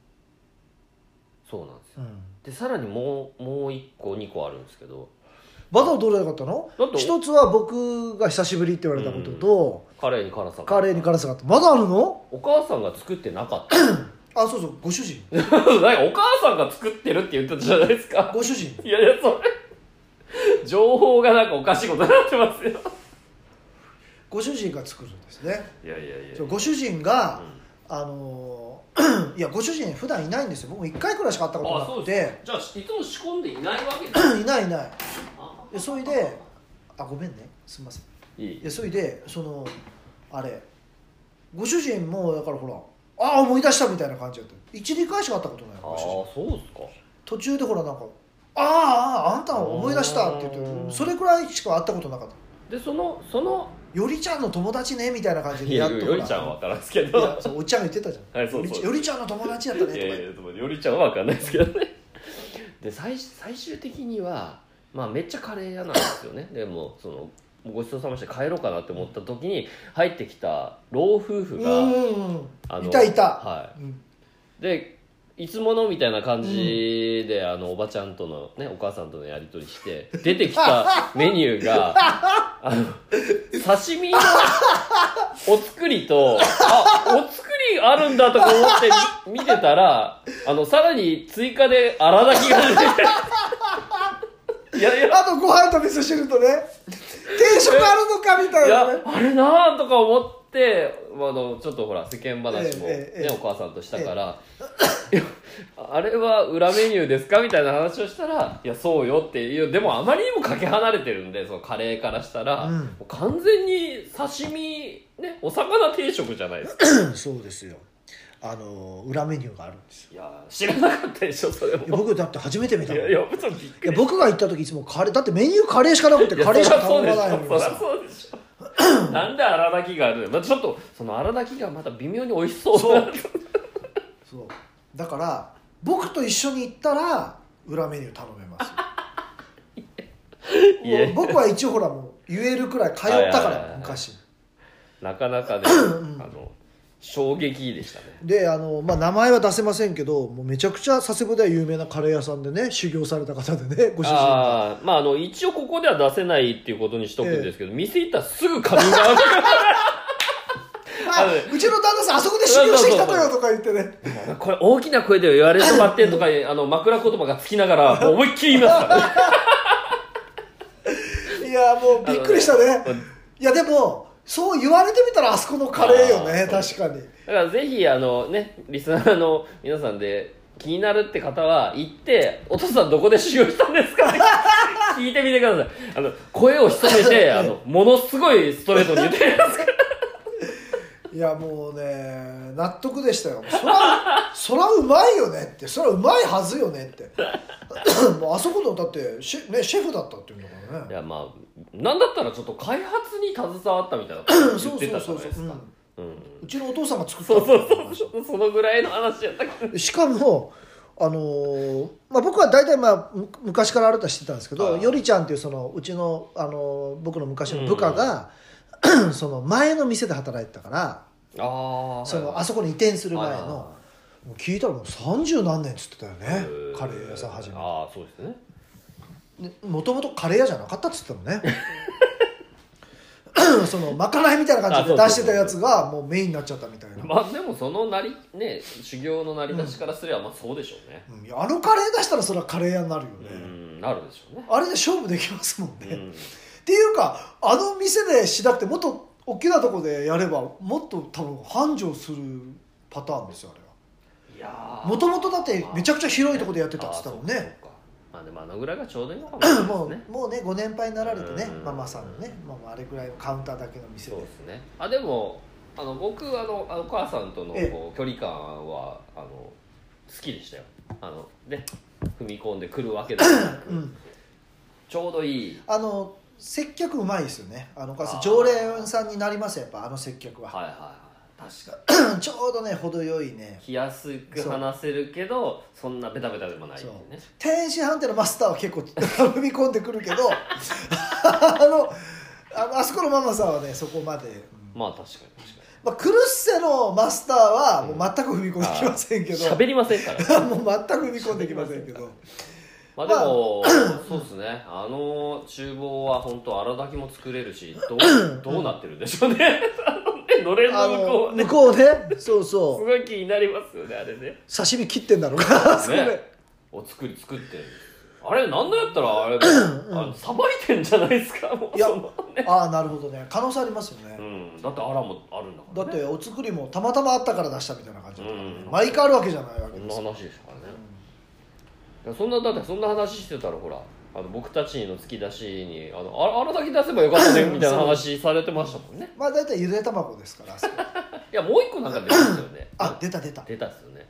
Speaker 2: そうなんです
Speaker 1: う
Speaker 2: よ
Speaker 1: ん
Speaker 2: でさらにもうもう1個2個あるんですけど
Speaker 1: バターどれだかったの
Speaker 2: だって
Speaker 1: 一つは僕が久しぶりって言われたことと、
Speaker 2: カレーに辛さが
Speaker 1: カレーに辛さがあってまだあるの
Speaker 2: お母さんが作ってなかった
Speaker 1: あそうそうご主人
Speaker 2: なんかお母さんが作ってるって言ってたじゃないです か
Speaker 1: ご主人
Speaker 2: いやいやそれ情報がなんかおかしいことになってますよ
Speaker 1: ご主人が作るんですね
Speaker 2: いやいやいや
Speaker 1: そうご主人が、あのー いやご主人普段いないんですよ僕も1回くらいしか会ったことなくて
Speaker 2: じゃあいつも仕込んでいないわけで
Speaker 1: いないいないでそれであごめんねすみません
Speaker 2: いい
Speaker 1: いやそれでそのあれご主人もだからほらああ思い出したみたいな感じだった12回しか会ったことない
Speaker 2: あ
Speaker 1: ご
Speaker 2: あ
Speaker 1: 主人
Speaker 2: そうっすか
Speaker 1: 途中でほらなんか「あああんたを思い出した」って言
Speaker 2: う
Speaker 1: っ
Speaker 2: ん
Speaker 1: てそれくらいしか会ったことなかった
Speaker 2: でそのその
Speaker 1: 「よりちゃんの友達ね」みたいな感じ
Speaker 2: い
Speaker 1: で
Speaker 2: や
Speaker 1: っと
Speaker 2: よりちゃんは分からんですけ
Speaker 1: ほ
Speaker 2: ど
Speaker 1: らいやそうおっちゃんが言ってたじゃん、
Speaker 2: はいそうそう
Speaker 1: よりちゃんの友達だったねと
Speaker 2: い
Speaker 1: か言
Speaker 2: や
Speaker 1: っ
Speaker 2: い
Speaker 1: て
Speaker 2: やでもよりちゃんは分かんないですけどねで最最終的にはまあめっちゃカレー屋なんですよねでもそのごちそうさまでした帰ろうかなって思った時に入ってきた老夫婦
Speaker 1: う
Speaker 2: が、
Speaker 1: んうん
Speaker 2: あ
Speaker 1: いたいた
Speaker 2: は
Speaker 1: うん
Speaker 2: いでいつものみたいな感じで、あのおばちゃんとのねお母さんとのやり取りして出てきたメニューがあの刺身のお作りとあお作りあるんだとか思ってみ見てたらあのさらに追加で荒炊きが出ていやいや
Speaker 1: あとご飯と味噌汁とね定食あるのかみたい
Speaker 2: い
Speaker 1: なね
Speaker 2: やあれなあとか思って、まあ、あのちょっとほら世間話も、ね
Speaker 1: ええええ
Speaker 2: お母さんとしたから、いやあれは裏メニューですかみたいな話をしたら「いやそうよ」っていうでもあまりにもかけ離れてるんでそのカレーからしたら、
Speaker 1: うん
Speaker 2: もう完全に刺身ねお魚定食じゃないで すか
Speaker 1: そうですよあの裏メニューがあるんですよ
Speaker 2: いや知らなかったでしょそれ
Speaker 1: い
Speaker 2: も
Speaker 1: や僕だって初めて見た
Speaker 2: い
Speaker 1: もん
Speaker 2: やいやちょっとびっ
Speaker 1: い
Speaker 2: く
Speaker 1: や
Speaker 2: り
Speaker 1: 僕が行った時いつもカレーだってメニューカレーしかなくて
Speaker 2: いや
Speaker 1: カレーしか
Speaker 2: そ
Speaker 1: 頼
Speaker 2: りゃ
Speaker 1: まないのに
Speaker 2: そうでしょ
Speaker 1: さ
Speaker 2: そりゃそうでしょなんで荒炊きがあるの、まあ、ちょっとその荒炊きがまた微妙に美味しそう
Speaker 1: そ
Speaker 2: そう
Speaker 1: そうだから僕と一緒に行ったら裏メニュー頼めます
Speaker 2: いや
Speaker 1: もう僕は一応ほらもう言えるくらい通ったか
Speaker 2: はいはいはい
Speaker 1: ら
Speaker 2: はい
Speaker 1: 昔
Speaker 2: なかなかね、あの衝撃でしたね。
Speaker 1: であの、まあ、名前は出せませんけどもうめちゃくちゃ佐世保では有名なカレー屋さんでね修行された方で ねご主人が
Speaker 2: ああ、まああの一応ここでは出せないっていうことにしとくんですけど、店行ったらすぐ髪が
Speaker 1: あ
Speaker 2: あのね
Speaker 1: うちの旦那さんあそこで修行してきたのよとか言ってね
Speaker 2: これ大きな声で言われてもらってとかあの枕言葉がつきながらもう思いっきり言いま すからね。
Speaker 1: いやもうびっくりしたねいやでもそう言われてみたらあそこのカレーよね
Speaker 2: あー
Speaker 1: 確かに
Speaker 2: だからぜひあのねリスナーの皆さんで気になるって方は行ってお父さんどこで修行したんですかって 聞いてみてください。あの声を潜めてあのものすごいストレートに言ってるんですから。
Speaker 1: いやもうね納得でしたよそらそらうまいよねってそらうまいはずよねって もうあそこのだってシェ,、ね、シェフだったっていうんだから
Speaker 2: い
Speaker 1: ね
Speaker 2: やまあなんだったらちょっと開発に携わったみたいなこと言ってたじゃないですかうん
Speaker 1: うちのお父さんが作った
Speaker 2: そうそう
Speaker 1: って
Speaker 2: そう そうそのぐらいの話やったけど
Speaker 1: しかもあのーまあ、僕は大体、まあ、む昔からあるとはしてたんですけど
Speaker 2: あー
Speaker 1: よりちゃんっていうそのうちの、あのー僕の昔の部下が、 その前の店で働いてたから
Speaker 2: ああ
Speaker 1: そのあそこに移転する前のもう聞いたらもう三十何年っつってたよねカレー屋さん始めて
Speaker 2: ああそうですね
Speaker 1: もともとカレー屋じゃなかったっつってたのね そのまかないみたいな感じで出してたやつがもうメインになっちゃったみたいな、
Speaker 2: まあでもそのなりね修行の成り立ちからすればまあそうでしょうね
Speaker 1: うんいやあのカレー出したらそれはカレー屋になるよね、
Speaker 2: うんなるでしょうね
Speaker 1: あれで勝負できますもんね、
Speaker 2: う
Speaker 1: っ
Speaker 2: ん
Speaker 1: ていうかあの店でしなくてもっと大きなとこでやればもっと多分繁盛するパターンですよあれは。
Speaker 2: いや
Speaker 1: もともとだってめちゃくちゃ広いところでやってたっ
Speaker 2: あ
Speaker 1: つ
Speaker 2: ー
Speaker 1: ったもん
Speaker 2: そうか
Speaker 1: ね
Speaker 2: そうかまあでもあのぐらいがちょうどいいのかもしれない
Speaker 1: も
Speaker 2: ですね
Speaker 1: うもうねご年配になられてね
Speaker 2: うん
Speaker 1: ママさんのね、まあまあ、あれくらいのカウンターだけの店
Speaker 2: そう
Speaker 1: で
Speaker 2: ですねあでもあの僕あのあのお母さんとの
Speaker 1: ええ
Speaker 2: こう距離感はあの好きでしたよあのね踏み込んでくるわけでもなく、
Speaker 1: うん
Speaker 2: ちょうどいい
Speaker 1: あの接客うまいですよねあのお母さ
Speaker 2: あ
Speaker 1: ん
Speaker 2: ー
Speaker 1: 常連さんになりますよやっぱあの接客は、
Speaker 2: はいはいはい確か に
Speaker 1: ちょうどね程よいね
Speaker 2: 気安く話せるけどそんなベタベタでもないっていうね
Speaker 1: 天津飯店のマスターは結構 踏み込んでくるけど あのあのあそこのママさんはねそこまで、うん
Speaker 2: まあ確かに確か
Speaker 1: まあ、クルッセのマスターはもう全く踏み込んできませんけ
Speaker 2: に
Speaker 1: ど、
Speaker 2: 喋りませんから
Speaker 1: もう全く踏み込んできませんけ ど
Speaker 2: まあでも、そうですねあの厨房は本当荒炊きも作れるしど うどうなってるんでしょうね あのねのれん
Speaker 1: あ
Speaker 2: の向こう
Speaker 1: の
Speaker 2: はね
Speaker 1: 向こうねそう
Speaker 2: す
Speaker 1: そう
Speaker 2: ごい気になりますよねあれね
Speaker 1: 刺身切ってんだろうなそれ、
Speaker 2: ねお作り作ってあれなんだやったらあれあのさばいてんじゃないですかもう
Speaker 1: いや
Speaker 2: そのね
Speaker 1: ああなるほどね可能性ありますよね、
Speaker 2: うんだってアラもあるんだか
Speaker 1: だ
Speaker 2: ら
Speaker 1: っ
Speaker 2: ね
Speaker 1: てお作りもたまたまあったから出したみたいな感じだったからね、
Speaker 2: うん
Speaker 1: 毎回あるわけじゃないわけ
Speaker 2: そ
Speaker 1: で
Speaker 2: ん
Speaker 1: す
Speaker 2: な
Speaker 1: よ
Speaker 2: 話ですからねいやそんなだってそんな話してたらほらあの僕たちの突き出しにあのああれだけ出せばよかったねみたいな話されてましたもんね
Speaker 1: まあ大体ゆで卵ですからあそこ
Speaker 2: いやもう一個なんか出ますよね
Speaker 1: あ出た出た
Speaker 2: 出たっすよね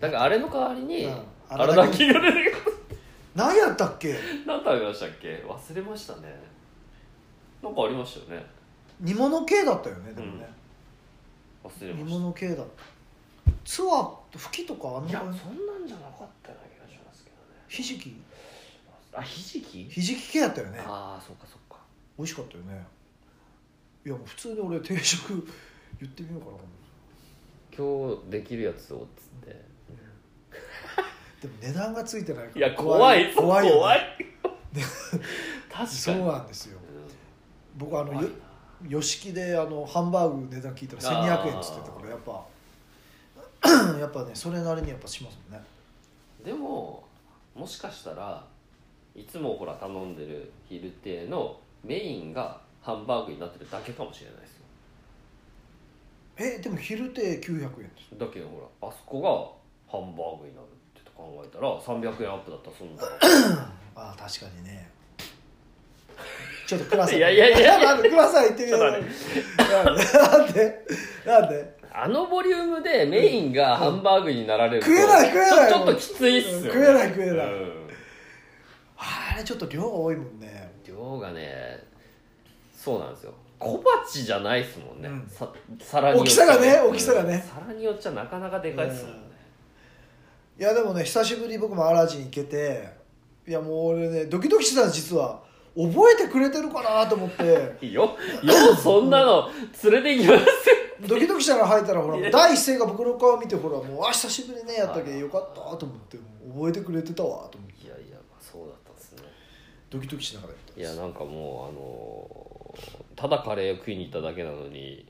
Speaker 2: だからあれの代わりに
Speaker 1: うん
Speaker 2: あれだけが出てくる
Speaker 1: 何やったっけ
Speaker 2: 何食べましたっけ忘れましたねなんかありましたよね
Speaker 1: 煮物系だったよねでもね、
Speaker 2: 忘れ
Speaker 1: 煮
Speaker 2: ました
Speaker 1: 物系だったツアーふきとかあん
Speaker 2: い
Speaker 1: な
Speaker 2: やそ
Speaker 1: 感じ
Speaker 2: んなんじゃなかったような気がしますけどね
Speaker 1: ひじき
Speaker 2: あひじき
Speaker 1: ひじき系だったよね
Speaker 2: ああそうかそうか
Speaker 1: 美味しかったよねいやもう普通に俺定食 言ってみようかな
Speaker 2: 今日できるやつをっつって
Speaker 1: でも値段がついてないか
Speaker 2: い
Speaker 1: ら
Speaker 2: や怖い
Speaker 1: 怖いよね
Speaker 2: 怖い確かに
Speaker 1: そうなんですよ僕あのよ吉木であのハンバーグ値段聞いたら1200円っつってたからやっぱやっぱね それなりにやっぱしますもんね
Speaker 2: うんでももしかしたらいつもほら頼んでる昼亭のメインがハンバーグになってるだけかもしれないですよ
Speaker 1: えでも昼って900円です
Speaker 2: だけどほらあそこがハンバーグになるって考えたら300円アップだったらそんな
Speaker 1: ああ確かにねちょっとクラさん
Speaker 2: いやいやいやいや
Speaker 1: なんでクラさん行ってみよう
Speaker 2: ちょっ
Speaker 1: な
Speaker 2: と
Speaker 1: んでなんでなんで
Speaker 2: あのボリュームでメインがハンバーグになられると
Speaker 1: 食えない食えない
Speaker 2: ちょちょっときついっすよね
Speaker 1: 食えない食えない
Speaker 2: うん
Speaker 1: あれちょっと量多いもんね
Speaker 2: 量がねそうなんですよ小鉢じゃないっすもんね、
Speaker 1: うん
Speaker 2: さ皿によっち
Speaker 1: 大
Speaker 2: ゃ
Speaker 1: きさがね大きさがね
Speaker 2: うん皿によっちゃなかなかでかいっすもんね、
Speaker 1: いやでもね久しぶりに僕もアラジン行けていやもう俺ねドキドキしてたの実は覚えてくれてるかなと思って
Speaker 2: いいよよそんなの連れて行きますよ
Speaker 1: ドキドキしたら入ったらほら第一声が僕の顔見てほらもうあ久しぶりねやったけどよかったと思って覚えてくれてたわと思って
Speaker 2: いやいやまあそうだったんですね
Speaker 1: ドキドキしながらやった
Speaker 2: いやなんかもうあのーただカレーを食いに行っただけなのに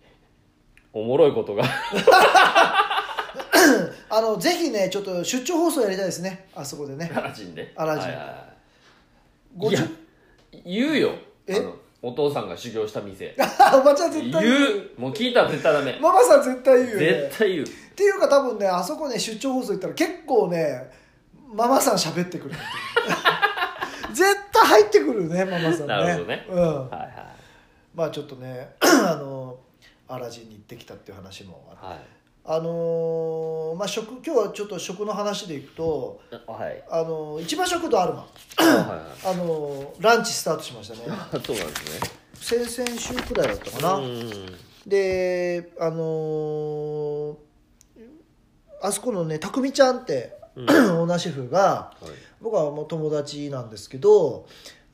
Speaker 2: おもろいことが
Speaker 1: あのぜひねちょっと出張放送やりたいですねあそこでね
Speaker 2: アラジンで
Speaker 1: アラジン
Speaker 2: はいはいはい
Speaker 1: ご
Speaker 2: いや
Speaker 1: じゅ
Speaker 2: 言うよ
Speaker 1: え
Speaker 2: あのお父さんが修行した店
Speaker 1: おばちゃん絶
Speaker 2: 言
Speaker 1: 対
Speaker 2: うもう聞いたら絶対ダメ
Speaker 1: ママさん絶対言うよね
Speaker 2: 絶対言う
Speaker 1: っていうか多分ねあそこね出張放送行ったら結構ねママさん喋ってく る絶対入ってくるねママさんね
Speaker 2: なるほどね
Speaker 1: うん
Speaker 2: はいは
Speaker 1: まあちょっとね あのアラジンに行ってきたっていう話もあって
Speaker 2: いはい
Speaker 1: あのーまあ食今日はちょっと食の話でいくと
Speaker 2: はい。
Speaker 1: あのー市場食堂アルマ
Speaker 2: はいは
Speaker 1: あのーランチスタートしましたね
Speaker 2: い。そうなんですね。
Speaker 1: 先々週くらいだったかな、
Speaker 2: うん。
Speaker 1: であのーあそこのねたくみちゃんって、
Speaker 2: う ん
Speaker 1: オーナーシェフが僕はもう友達なんですけど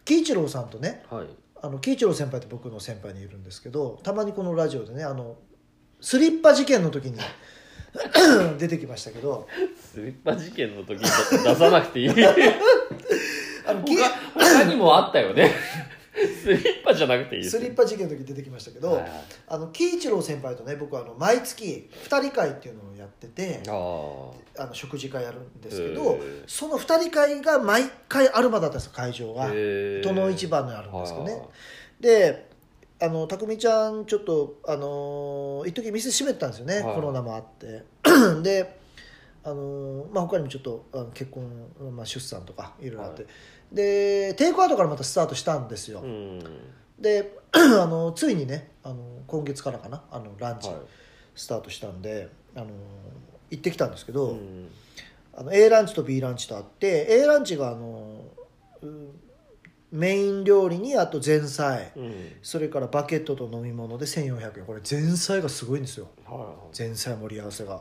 Speaker 1: 喜一郎さんとね
Speaker 2: はい。はい。
Speaker 1: あの喜一郎先輩って僕の先輩にいるんですけどたまにこのラジオでねあのスリッパ事件の時に 出てきましたけど
Speaker 2: スリッパ事件の時に 出さなくていい。他
Speaker 1: あのき
Speaker 2: 他にもあったよね。 スリッパじゃなくていいです。
Speaker 1: スリッパ事件の時に出てきましたけど、
Speaker 2: はいはい
Speaker 1: あの喜一郎先輩とね僕はあの毎月2人会っていうのをやってて
Speaker 2: ああ。
Speaker 1: あの食事会やるんですけ
Speaker 2: へ
Speaker 1: ど
Speaker 2: ー
Speaker 1: その2人会が毎回アルマだったんですよ会場が
Speaker 2: へー
Speaker 1: 都の市場にあるんですけどね
Speaker 2: はい
Speaker 1: であのたくみちゃんちょっとあのー一時店閉めてたんですよね、
Speaker 2: はい
Speaker 1: コロナもあってであのーまあ、他にもちょっとあの結婚、まあ、出産とかいろいろあって、でテイクアウトからまたスタートしたんですよ、
Speaker 2: うん
Speaker 1: で あのついにねあの今月からかなあのランチ
Speaker 2: はい
Speaker 1: スタートしたんで、あの行ってきたんですけど、
Speaker 2: うん
Speaker 1: あの A ランチと B ランチとあって A ランチがあのうんメイン料理にあと前菜
Speaker 2: うん
Speaker 1: それからバケットと飲み物で1400円これ前菜がすごいんですよ
Speaker 2: はい
Speaker 1: 前菜盛り合わせが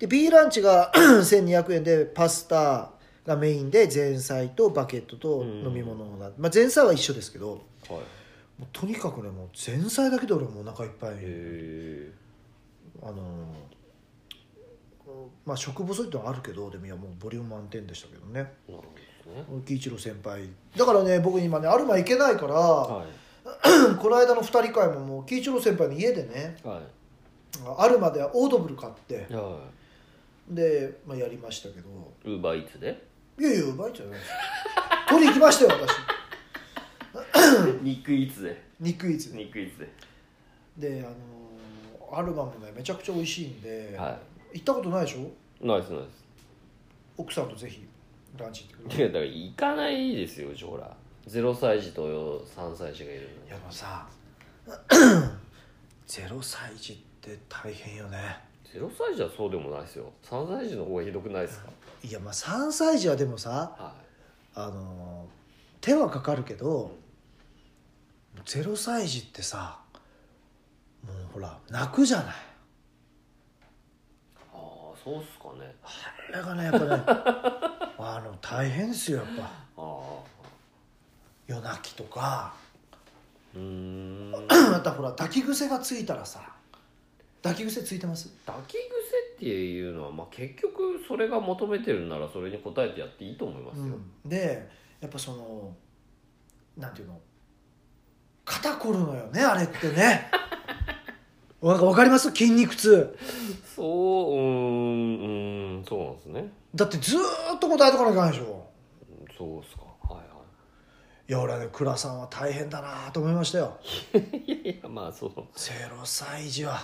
Speaker 1: で B ランチが 1200円でパスタがメインで前菜とバケットと飲み物が、まあ、前菜は一緒ですけど
Speaker 2: はい
Speaker 1: もうとにかくねもう前菜だけで俺もうお腹いっぱい
Speaker 2: へ
Speaker 1: あのーまあ食細いってのはあるけどでもいやもうボリューム満点でしたけどね
Speaker 2: えなるほどね
Speaker 1: 喜一郎先輩だからね僕今ねアルマ行けないから、
Speaker 2: は
Speaker 1: この間の2人会ももう喜一郎先輩の家でね
Speaker 2: いは
Speaker 1: アルマでオードブル買って
Speaker 2: いは
Speaker 1: で、まあ、やりましたけど
Speaker 2: いウーバーイーツで
Speaker 1: いやいやうまいじゃないですよ取り行きましたよ私
Speaker 2: 肉イーツで
Speaker 1: 肉いつに
Speaker 2: 肉イーツ
Speaker 1: であのーアルマもねめちゃくちゃ美味しいんで、
Speaker 2: では
Speaker 1: 行ったことないでしょ
Speaker 2: いナイスナイ
Speaker 1: 奥さんとぜひランチ行ってくだ
Speaker 2: ス
Speaker 1: さ
Speaker 2: い
Speaker 1: い
Speaker 2: やだから行かないですよジョーラ0歳児と3歳児がいるのに
Speaker 1: いやもうさ 0歳児って大変よね
Speaker 2: 0歳児はそうでもないですよ3歳児の方がひどくないですか
Speaker 1: いやまあ3歳児はでもさ
Speaker 2: は
Speaker 1: あのー手はかかるけど0歳児ってさもうほら泣くじゃない
Speaker 2: いああそうっすかね
Speaker 1: あれがねやっぱね あの大変ですよやっぱ
Speaker 2: ああ
Speaker 1: 夜泣きとか
Speaker 2: うーん
Speaker 1: またほら抱き癖がついたらさ抱き癖ついてます
Speaker 2: 抱き癖っていうのは、まあ、結局それが求めてるならそれに応えてやっていいと思いますよ、
Speaker 1: うん、でやっぱそのなんていうの肩こるのよねあれってね なんかわかります筋肉痛
Speaker 2: そううーんうーんそうなんですね
Speaker 1: だってずーっと答えとかなきゃいけないでしょ
Speaker 2: そうっすかはい
Speaker 1: いや俺はね倉さんは大変だなと思いましたよ
Speaker 2: はいいやいやまあそう
Speaker 1: 0歳児は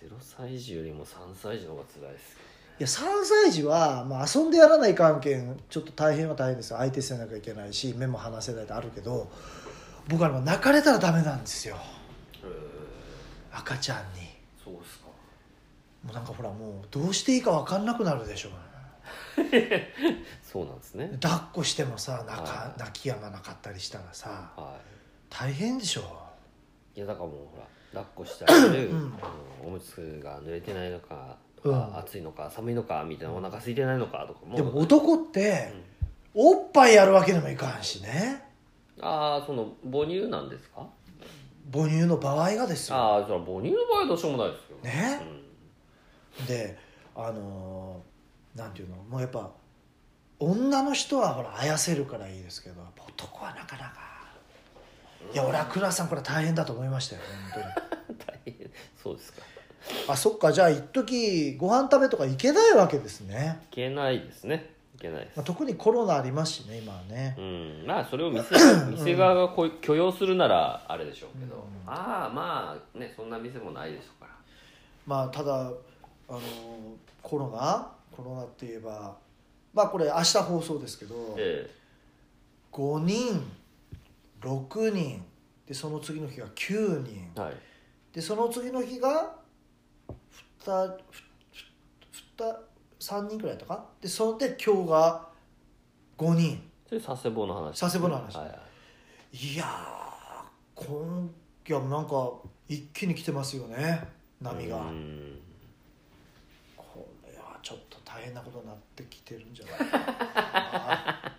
Speaker 2: 0歳児よりも3歳児の方が辛いです
Speaker 1: いや3歳児は、まあ、遊んでやらない関係ちょっと大変は大変ですよ相手せなきゃいけないし目も離せないってあるけど僕はでも泣かれたらダメなんですよ
Speaker 2: へ
Speaker 1: 赤ちゃんに
Speaker 2: そうっすか
Speaker 1: もうなんかほらもうどうしていいか分かんなくなるでしょ
Speaker 2: そうなんですね
Speaker 1: 抱っこしてもさ泣
Speaker 2: は
Speaker 1: か
Speaker 2: い
Speaker 1: 泣き止まなかったりしたらさ
Speaker 2: は
Speaker 1: 大変でしょ
Speaker 2: いいやだからもうほら抱っこしてあげる、
Speaker 1: うん
Speaker 2: あのおむつが濡れてないのかとか、
Speaker 1: うん
Speaker 2: 暑いのか寒いのかみたいなお腹空いてないのかとかも
Speaker 1: でも男っておっぱいやるわけにもいかんしね
Speaker 2: ああその母乳なんですか
Speaker 1: 母乳の場合がですよ
Speaker 2: ああそれは母乳の場合はどうしようもないですよ
Speaker 1: ね
Speaker 2: う
Speaker 1: であのーなんていうのもうやっぱ女の人はほらあやせるからいいですけどやっぱ男はなかなかいや俺は倉さんこれ大変だと思いましたよ本当に
Speaker 2: ん大変そうですかい
Speaker 1: あそっかじゃあ一時ご飯食べとか行けないわけですね、
Speaker 2: けないですねいけないです
Speaker 1: まあ、特にコロナありますしね今はね
Speaker 2: うんまあそれを店 が店側がこう許容するならあれでしょうけど、
Speaker 1: うん
Speaker 2: まあまあねそんな店もないでしょうから
Speaker 1: まあただあのコロナコロナって言えばまあこれ明日放送ですけど、
Speaker 2: え
Speaker 1: 5人6人でその次の日が9人
Speaker 2: えはい
Speaker 1: でその次の日が23人くらいとかでそれで今日が5人
Speaker 2: それ佐世保の話ですね
Speaker 1: 佐世保の話
Speaker 2: はいはい
Speaker 1: いやー今いやなんか一気に来てますよね波が、
Speaker 2: うん
Speaker 1: これはちょっと大変なことになってきてるんじゃないかな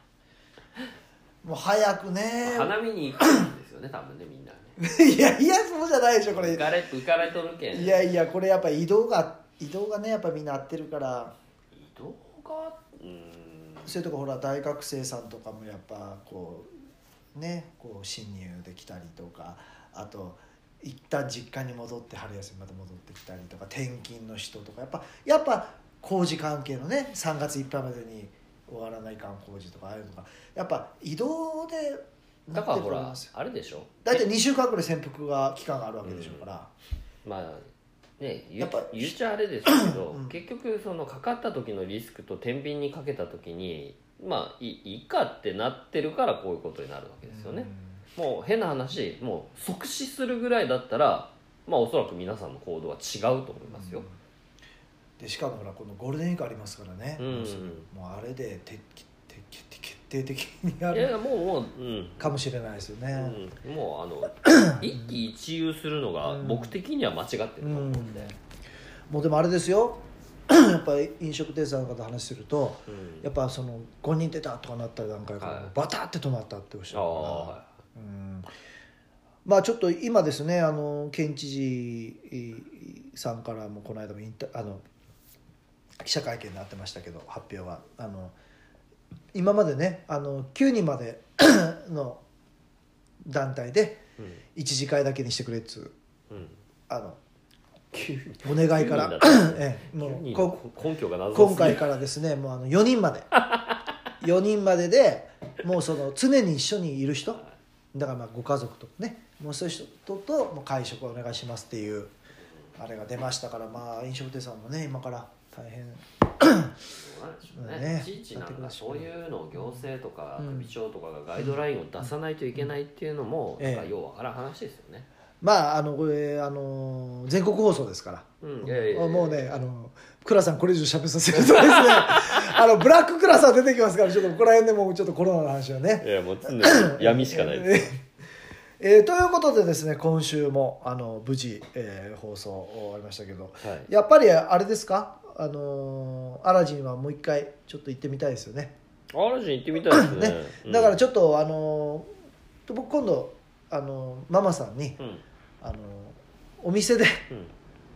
Speaker 1: もう早くね
Speaker 2: 花見に行くんですよね多分ねみんなね
Speaker 1: いやいやそうじゃないでしょこれ
Speaker 2: 浮かれ浮かれとるけん
Speaker 1: いやいやこれやっぱ移動が移動がねやっぱみんな合ってるから
Speaker 2: 移動がうん
Speaker 1: そういうとこほら大学生さんとかもやっぱこうねこう侵入できたりとかあと一旦実家に戻って春休みまた戻ってきたりとか転勤の人とかやっぱやっぱ工事関係のね3月いっぱいまでに終わらないかん工事とかああいうのがやっぱ移動でな
Speaker 2: だ
Speaker 1: ってると
Speaker 2: からほ
Speaker 1: 思い
Speaker 2: ら
Speaker 1: ますよ
Speaker 2: あれでしょ
Speaker 1: 大体2週間くらい潜伏が期間があるわけでしょうから、
Speaker 2: まあね言
Speaker 1: やっぱ
Speaker 2: う言っちゃあれですけど、
Speaker 1: うん
Speaker 2: 結局そのかかった時のリスクと天秤にかけた時にまあいいいかってなってるからこういうことになるわけですよね、もう変な話もう即死するぐらいだったらまあおそらく皆さんの行動は違うと思いますよ、
Speaker 1: でしかもほらこのゴールデンウィークありますからね、
Speaker 2: うん
Speaker 1: もうあれでててて決定的にや
Speaker 2: いやい
Speaker 1: る
Speaker 2: やもうもううん
Speaker 1: かもしれないですよね、
Speaker 2: うん、もう あの一喜一憂するのが
Speaker 1: うん
Speaker 2: 僕的には間違ってると思うんで、
Speaker 1: もうでもあれですよ やっぱり飲食店さんの方と話すると
Speaker 2: うん
Speaker 1: やっぱその5人出たとかなった段階から、
Speaker 2: はい
Speaker 1: バタって止まったっておっしゃ
Speaker 2: あ
Speaker 1: る
Speaker 2: あ
Speaker 1: から
Speaker 2: は
Speaker 1: うんまあちょっと今ですねあの県知事さんからもこの間もインタあの記者会見になってましたけど発表はあの今までねあの9人まで の団体で
Speaker 2: い、
Speaker 1: 1次会だけにしてくれっつう
Speaker 2: うんうん、
Speaker 1: あの
Speaker 2: 急に
Speaker 1: お願いから
Speaker 2: 急にだった、ね
Speaker 1: ええ、も
Speaker 2: 急
Speaker 1: う
Speaker 2: に
Speaker 1: こ
Speaker 2: 根拠が謎ですね
Speaker 1: 今回からですねもうあの4人 まで4人まででもうその常に一緒にいる人だからまあご家族とかねもうそういう人ともう会食をお願いしますっていうあれが出ましたからまあ飲食店さんもね今から大変
Speaker 2: どうなんでしょうね
Speaker 1: ね
Speaker 2: いちいちなん
Speaker 1: な
Speaker 2: か
Speaker 1: ってくるし
Speaker 2: そういうのを行政とか
Speaker 1: うん
Speaker 2: 首長とかがガイドラインを出さないといけないっていうのも、
Speaker 1: うん
Speaker 2: なんかようわからん話ですよね、
Speaker 1: まああのこれあの全国放送ですから。
Speaker 2: うんいやいやいや
Speaker 1: もうね、あの、倉さんこれ以上喋させると ですね、あの、ブラック倉さん出てきますから、ちょっとここら辺でもうちょっとコロナの話はね、
Speaker 2: いやもう常に闇しかないです
Speaker 1: えーということでですね今週もあの無事、えー放送終わりましたけど
Speaker 2: はい
Speaker 1: やっぱりあれですかあのーアラジンはもう一回ちょっと行ってみたいですよね
Speaker 2: アラジン行ってみたいですね
Speaker 1: ねだからち
Speaker 2: ょっ
Speaker 1: ょっと、あのー僕今度、あのーママさんに、
Speaker 2: と、うん
Speaker 1: あのーお店で
Speaker 2: うん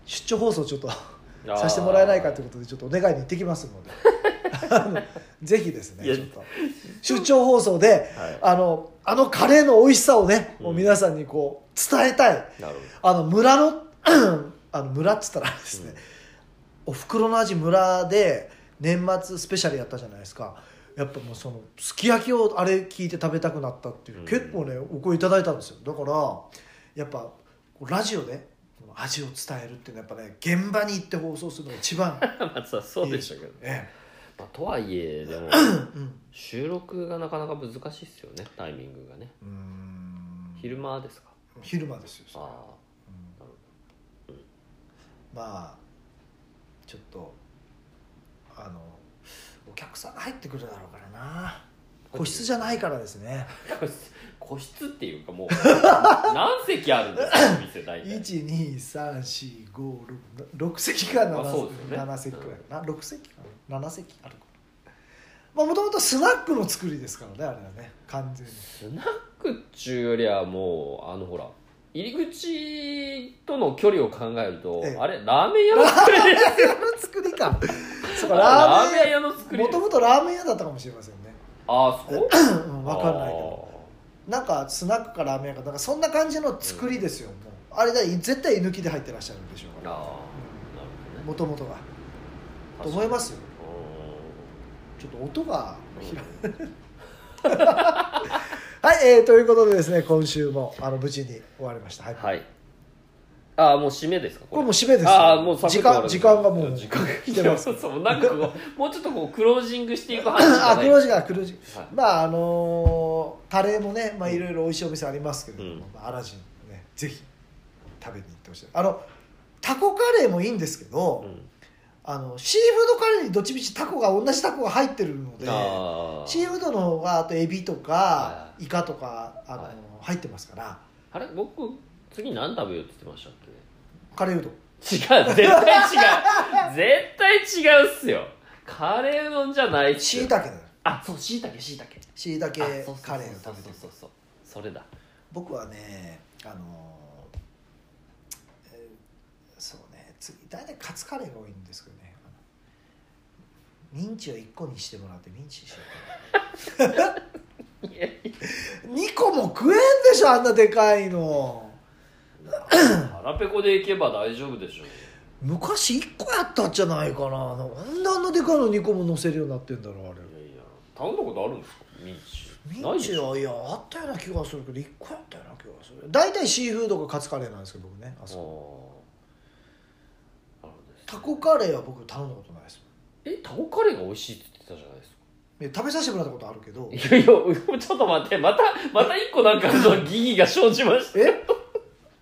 Speaker 1: 出張放送ちょっと
Speaker 2: あー
Speaker 1: させてもらえないかということでちょっとお願いに行ってきますの であのぜひです
Speaker 2: い
Speaker 1: ね
Speaker 2: や
Speaker 1: ちょっと出張放送で
Speaker 2: はい
Speaker 1: あのあのカレーの美味しさをね、
Speaker 2: うん
Speaker 1: もう皆さんにこう伝えたい
Speaker 2: なるほ
Speaker 1: あの村の あの村っつったらあれですね、おふくろの味村で年末スペシャルやったじゃないですかやっぱもうそのすき焼きをあれ聞いて食べたくなったっていう、
Speaker 2: うん
Speaker 1: 結構ねお声いただいたんですよだからやっぱこうラジオでこの味を伝えるっていうのはやっぱね現場に行って放送するのが一番
Speaker 2: どまあそうそうでしたけど、
Speaker 1: え
Speaker 2: まあ、とはい えでも
Speaker 1: えうん
Speaker 2: 収録がなかなか難しいですよねタイミングがね
Speaker 1: うーん
Speaker 2: 昼間ですか
Speaker 1: 昼間ですよそれう
Speaker 2: あ
Speaker 1: ん
Speaker 2: なるほ
Speaker 1: まあちょっとあのお客さんが入ってくるだろうからな個室じゃないからですね
Speaker 2: あ個室個室っていうかもう何席あるんですかお店大体
Speaker 1: 1234566席か
Speaker 2: まあそうですよね
Speaker 1: 7, 7席くらいかな6席かな7席あるかなもともとスナックの作りですからねあれはね完全に
Speaker 2: スナックっちゅうよりはもうあのほら入り口との距離を考えると、
Speaker 1: ええ
Speaker 2: あれラーメン屋の作り
Speaker 1: ラーメン屋の作りかそうか
Speaker 2: ラ
Speaker 1: ラ
Speaker 2: ー
Speaker 1: ーメ
Speaker 2: メ
Speaker 1: ン
Speaker 2: ン屋の作
Speaker 1: 屋
Speaker 2: り
Speaker 1: もともとラーメン屋だったかもしれませんね
Speaker 2: ああそ
Speaker 1: う
Speaker 2: こ
Speaker 1: ん分かんないけどなんかスナックかラーメン屋かなんかそんな感じの作りですよ、もうあれだ絶対居抜きで入ってらっしゃるんでしょう
Speaker 2: あー
Speaker 1: か
Speaker 2: あ
Speaker 1: らもともとが
Speaker 2: ーなるほどね
Speaker 1: と思いますすよちょっと音がひら はい、えー、ということでですね今週もあの無事に終わりました、はい
Speaker 2: はいああもう締めですか
Speaker 1: これもう
Speaker 2: う
Speaker 1: 締めですよ
Speaker 2: ああもうサクッ
Speaker 1: 時
Speaker 2: と終わ
Speaker 1: 間
Speaker 2: る
Speaker 1: 時間がもう
Speaker 2: 時間が
Speaker 1: 来て ます
Speaker 2: そうそうなんかこうもうちょっとこうクロージングしていく話じゃ
Speaker 1: あ
Speaker 2: ない
Speaker 1: 黒字が黒字
Speaker 2: はい
Speaker 1: まああのーカレーもね、まあ、いろいろ美味しいお店ありますけれども、
Speaker 2: うん
Speaker 1: まあアラジンねぜひ食べに行ってほしいあのタコカレーもいいんですけど、
Speaker 2: うん
Speaker 1: あのシーフードカレーにどっちみちタコが同じタコが入ってるので
Speaker 2: あー
Speaker 1: シーフードの方があとエビと
Speaker 2: は
Speaker 1: かイカとかあの、
Speaker 2: はい
Speaker 1: 入ってますから
Speaker 2: あれ僕次何食べようって言ってましたっけ
Speaker 1: カレーうどん
Speaker 2: 違う絶対違う絶対違うっすよカレー丼じゃないっす
Speaker 1: し
Speaker 2: よ
Speaker 1: いたけだよ
Speaker 2: あそうしいたけしいたけ
Speaker 1: しいたけカレーを
Speaker 2: カレーそ
Speaker 1: 食
Speaker 2: う
Speaker 1: べて
Speaker 2: そう
Speaker 1: る
Speaker 2: そうそうそれだ
Speaker 1: 僕はねあのーえーそうね次大体カツカレーが多いんですけどねミンチを1個にしてもらってミンチにしよ
Speaker 2: いやいう
Speaker 1: 2個も食えんでしょあんなでかいの
Speaker 2: や腹ペコでいけば大丈夫でしょ
Speaker 1: 昔1個やったんじゃないかななんであんなでかいの2個も乗せるようになってんだろうあれ
Speaker 2: いやいや頼んだことあるんですかミンチ
Speaker 1: ミンチ
Speaker 2: ないでしょ
Speaker 1: はいやあったような気がするけど1個やったような気がする大体シーフードかカツカレーなんですけど僕ねあそこ
Speaker 2: あ
Speaker 1: タコカレーは僕頼んだことないです
Speaker 2: えタコカレーが美味しいって言ってたじゃないですか
Speaker 1: いや食べさせてもらったことあるけど
Speaker 2: いやいや、ちょっと待って、また、また一個なんか、その疑義が生じました。
Speaker 1: え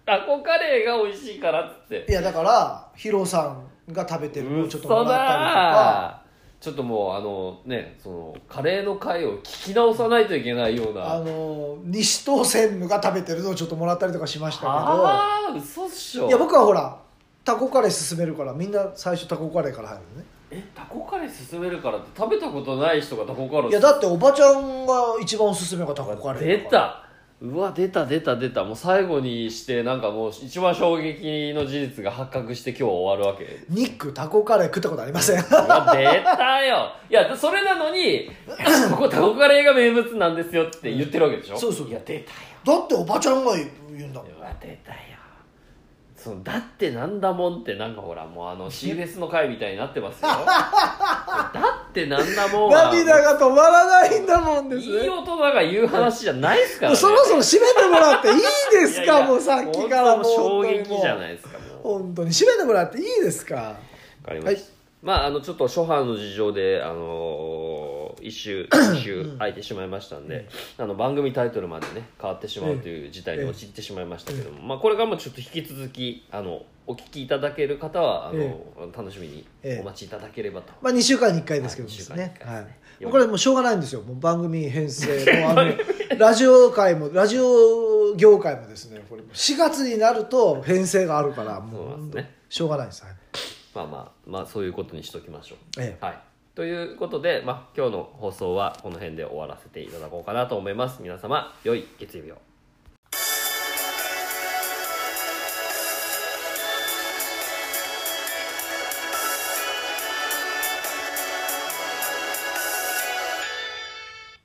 Speaker 2: タコカレーが美味しいからっつって。
Speaker 1: いやだからヒロさんが食べてるのをちょっともら
Speaker 2: 嘘
Speaker 1: ったりとか
Speaker 2: だーちょっともう、あのね、その、カレーの回を聞き直さないといけないよう
Speaker 1: あ
Speaker 2: な。
Speaker 1: の西東専務が食べてるのをちょっともらったりとかしましたけど
Speaker 2: ああ、嘘っしょ。
Speaker 1: いや僕はほらタコカレー勧めるからみんな最初タコカレーから入るのね
Speaker 2: え、タコカレー勧めるからって食べたことない人がタコカレー
Speaker 1: いやだっておばちゃんが一番おすすめがタコカレー
Speaker 2: 出
Speaker 1: だから
Speaker 2: たうわ出た出た出たもう最後にしてなんかもう一番衝撃の事実が発覚して今日終わるわけ
Speaker 1: ニックタコカレー食ったことありません
Speaker 2: うわ出たよいやそれなの にここタコカレーが名物なんですよって言ってるわけでしょ、
Speaker 1: そうそう
Speaker 2: や出たよ
Speaker 1: だっておばちゃんが言うんだもん
Speaker 2: うわ出たよそのだってなんだもんってなんかほらもうあの CS の回みたいになっ てますよだってなんだもんは
Speaker 1: 涙が止まらないんだもんです
Speaker 2: いい
Speaker 1: ね
Speaker 2: 大人が言う話じゃないですから
Speaker 1: もう
Speaker 2: ね
Speaker 1: そろそろ締めてもらっていいですか
Speaker 2: いやいや
Speaker 1: もうさっきからもう
Speaker 2: 本当にもう衝撃じゃ
Speaker 1: い
Speaker 2: ないですかもう
Speaker 1: 本当に締めてもらっていいですか
Speaker 2: わかりました、
Speaker 1: はい
Speaker 2: まああのちょっと諸般の事情であのー 一周一周空いてしまいましたんで、あの番組タイトルまでね変わってしまうという事態に陥ってしまいましたけども、まあこれからもちょっと引き続きあのお聞きいただける方はあの、
Speaker 1: え
Speaker 2: 楽しみに
Speaker 1: ええ
Speaker 2: お待ちいただければと、
Speaker 1: まあ2週間に1回ですけど
Speaker 2: はい
Speaker 1: です
Speaker 2: 二週間に
Speaker 1: ね
Speaker 2: 一回ですね
Speaker 1: はい、もうこれもうしょうがないんですよもう番組編成 もうあのラジオ界もラジオ業界もですねこれ4月になると編成があるからもう
Speaker 2: そうなんですね
Speaker 1: しょうがないです、はい
Speaker 2: まあまあまあそういうことにしときましょう。
Speaker 1: ええ
Speaker 2: はいということで、まあ、今日の放送はこの辺で終わらせていただこうかなと思います。皆様、良い月曜日を。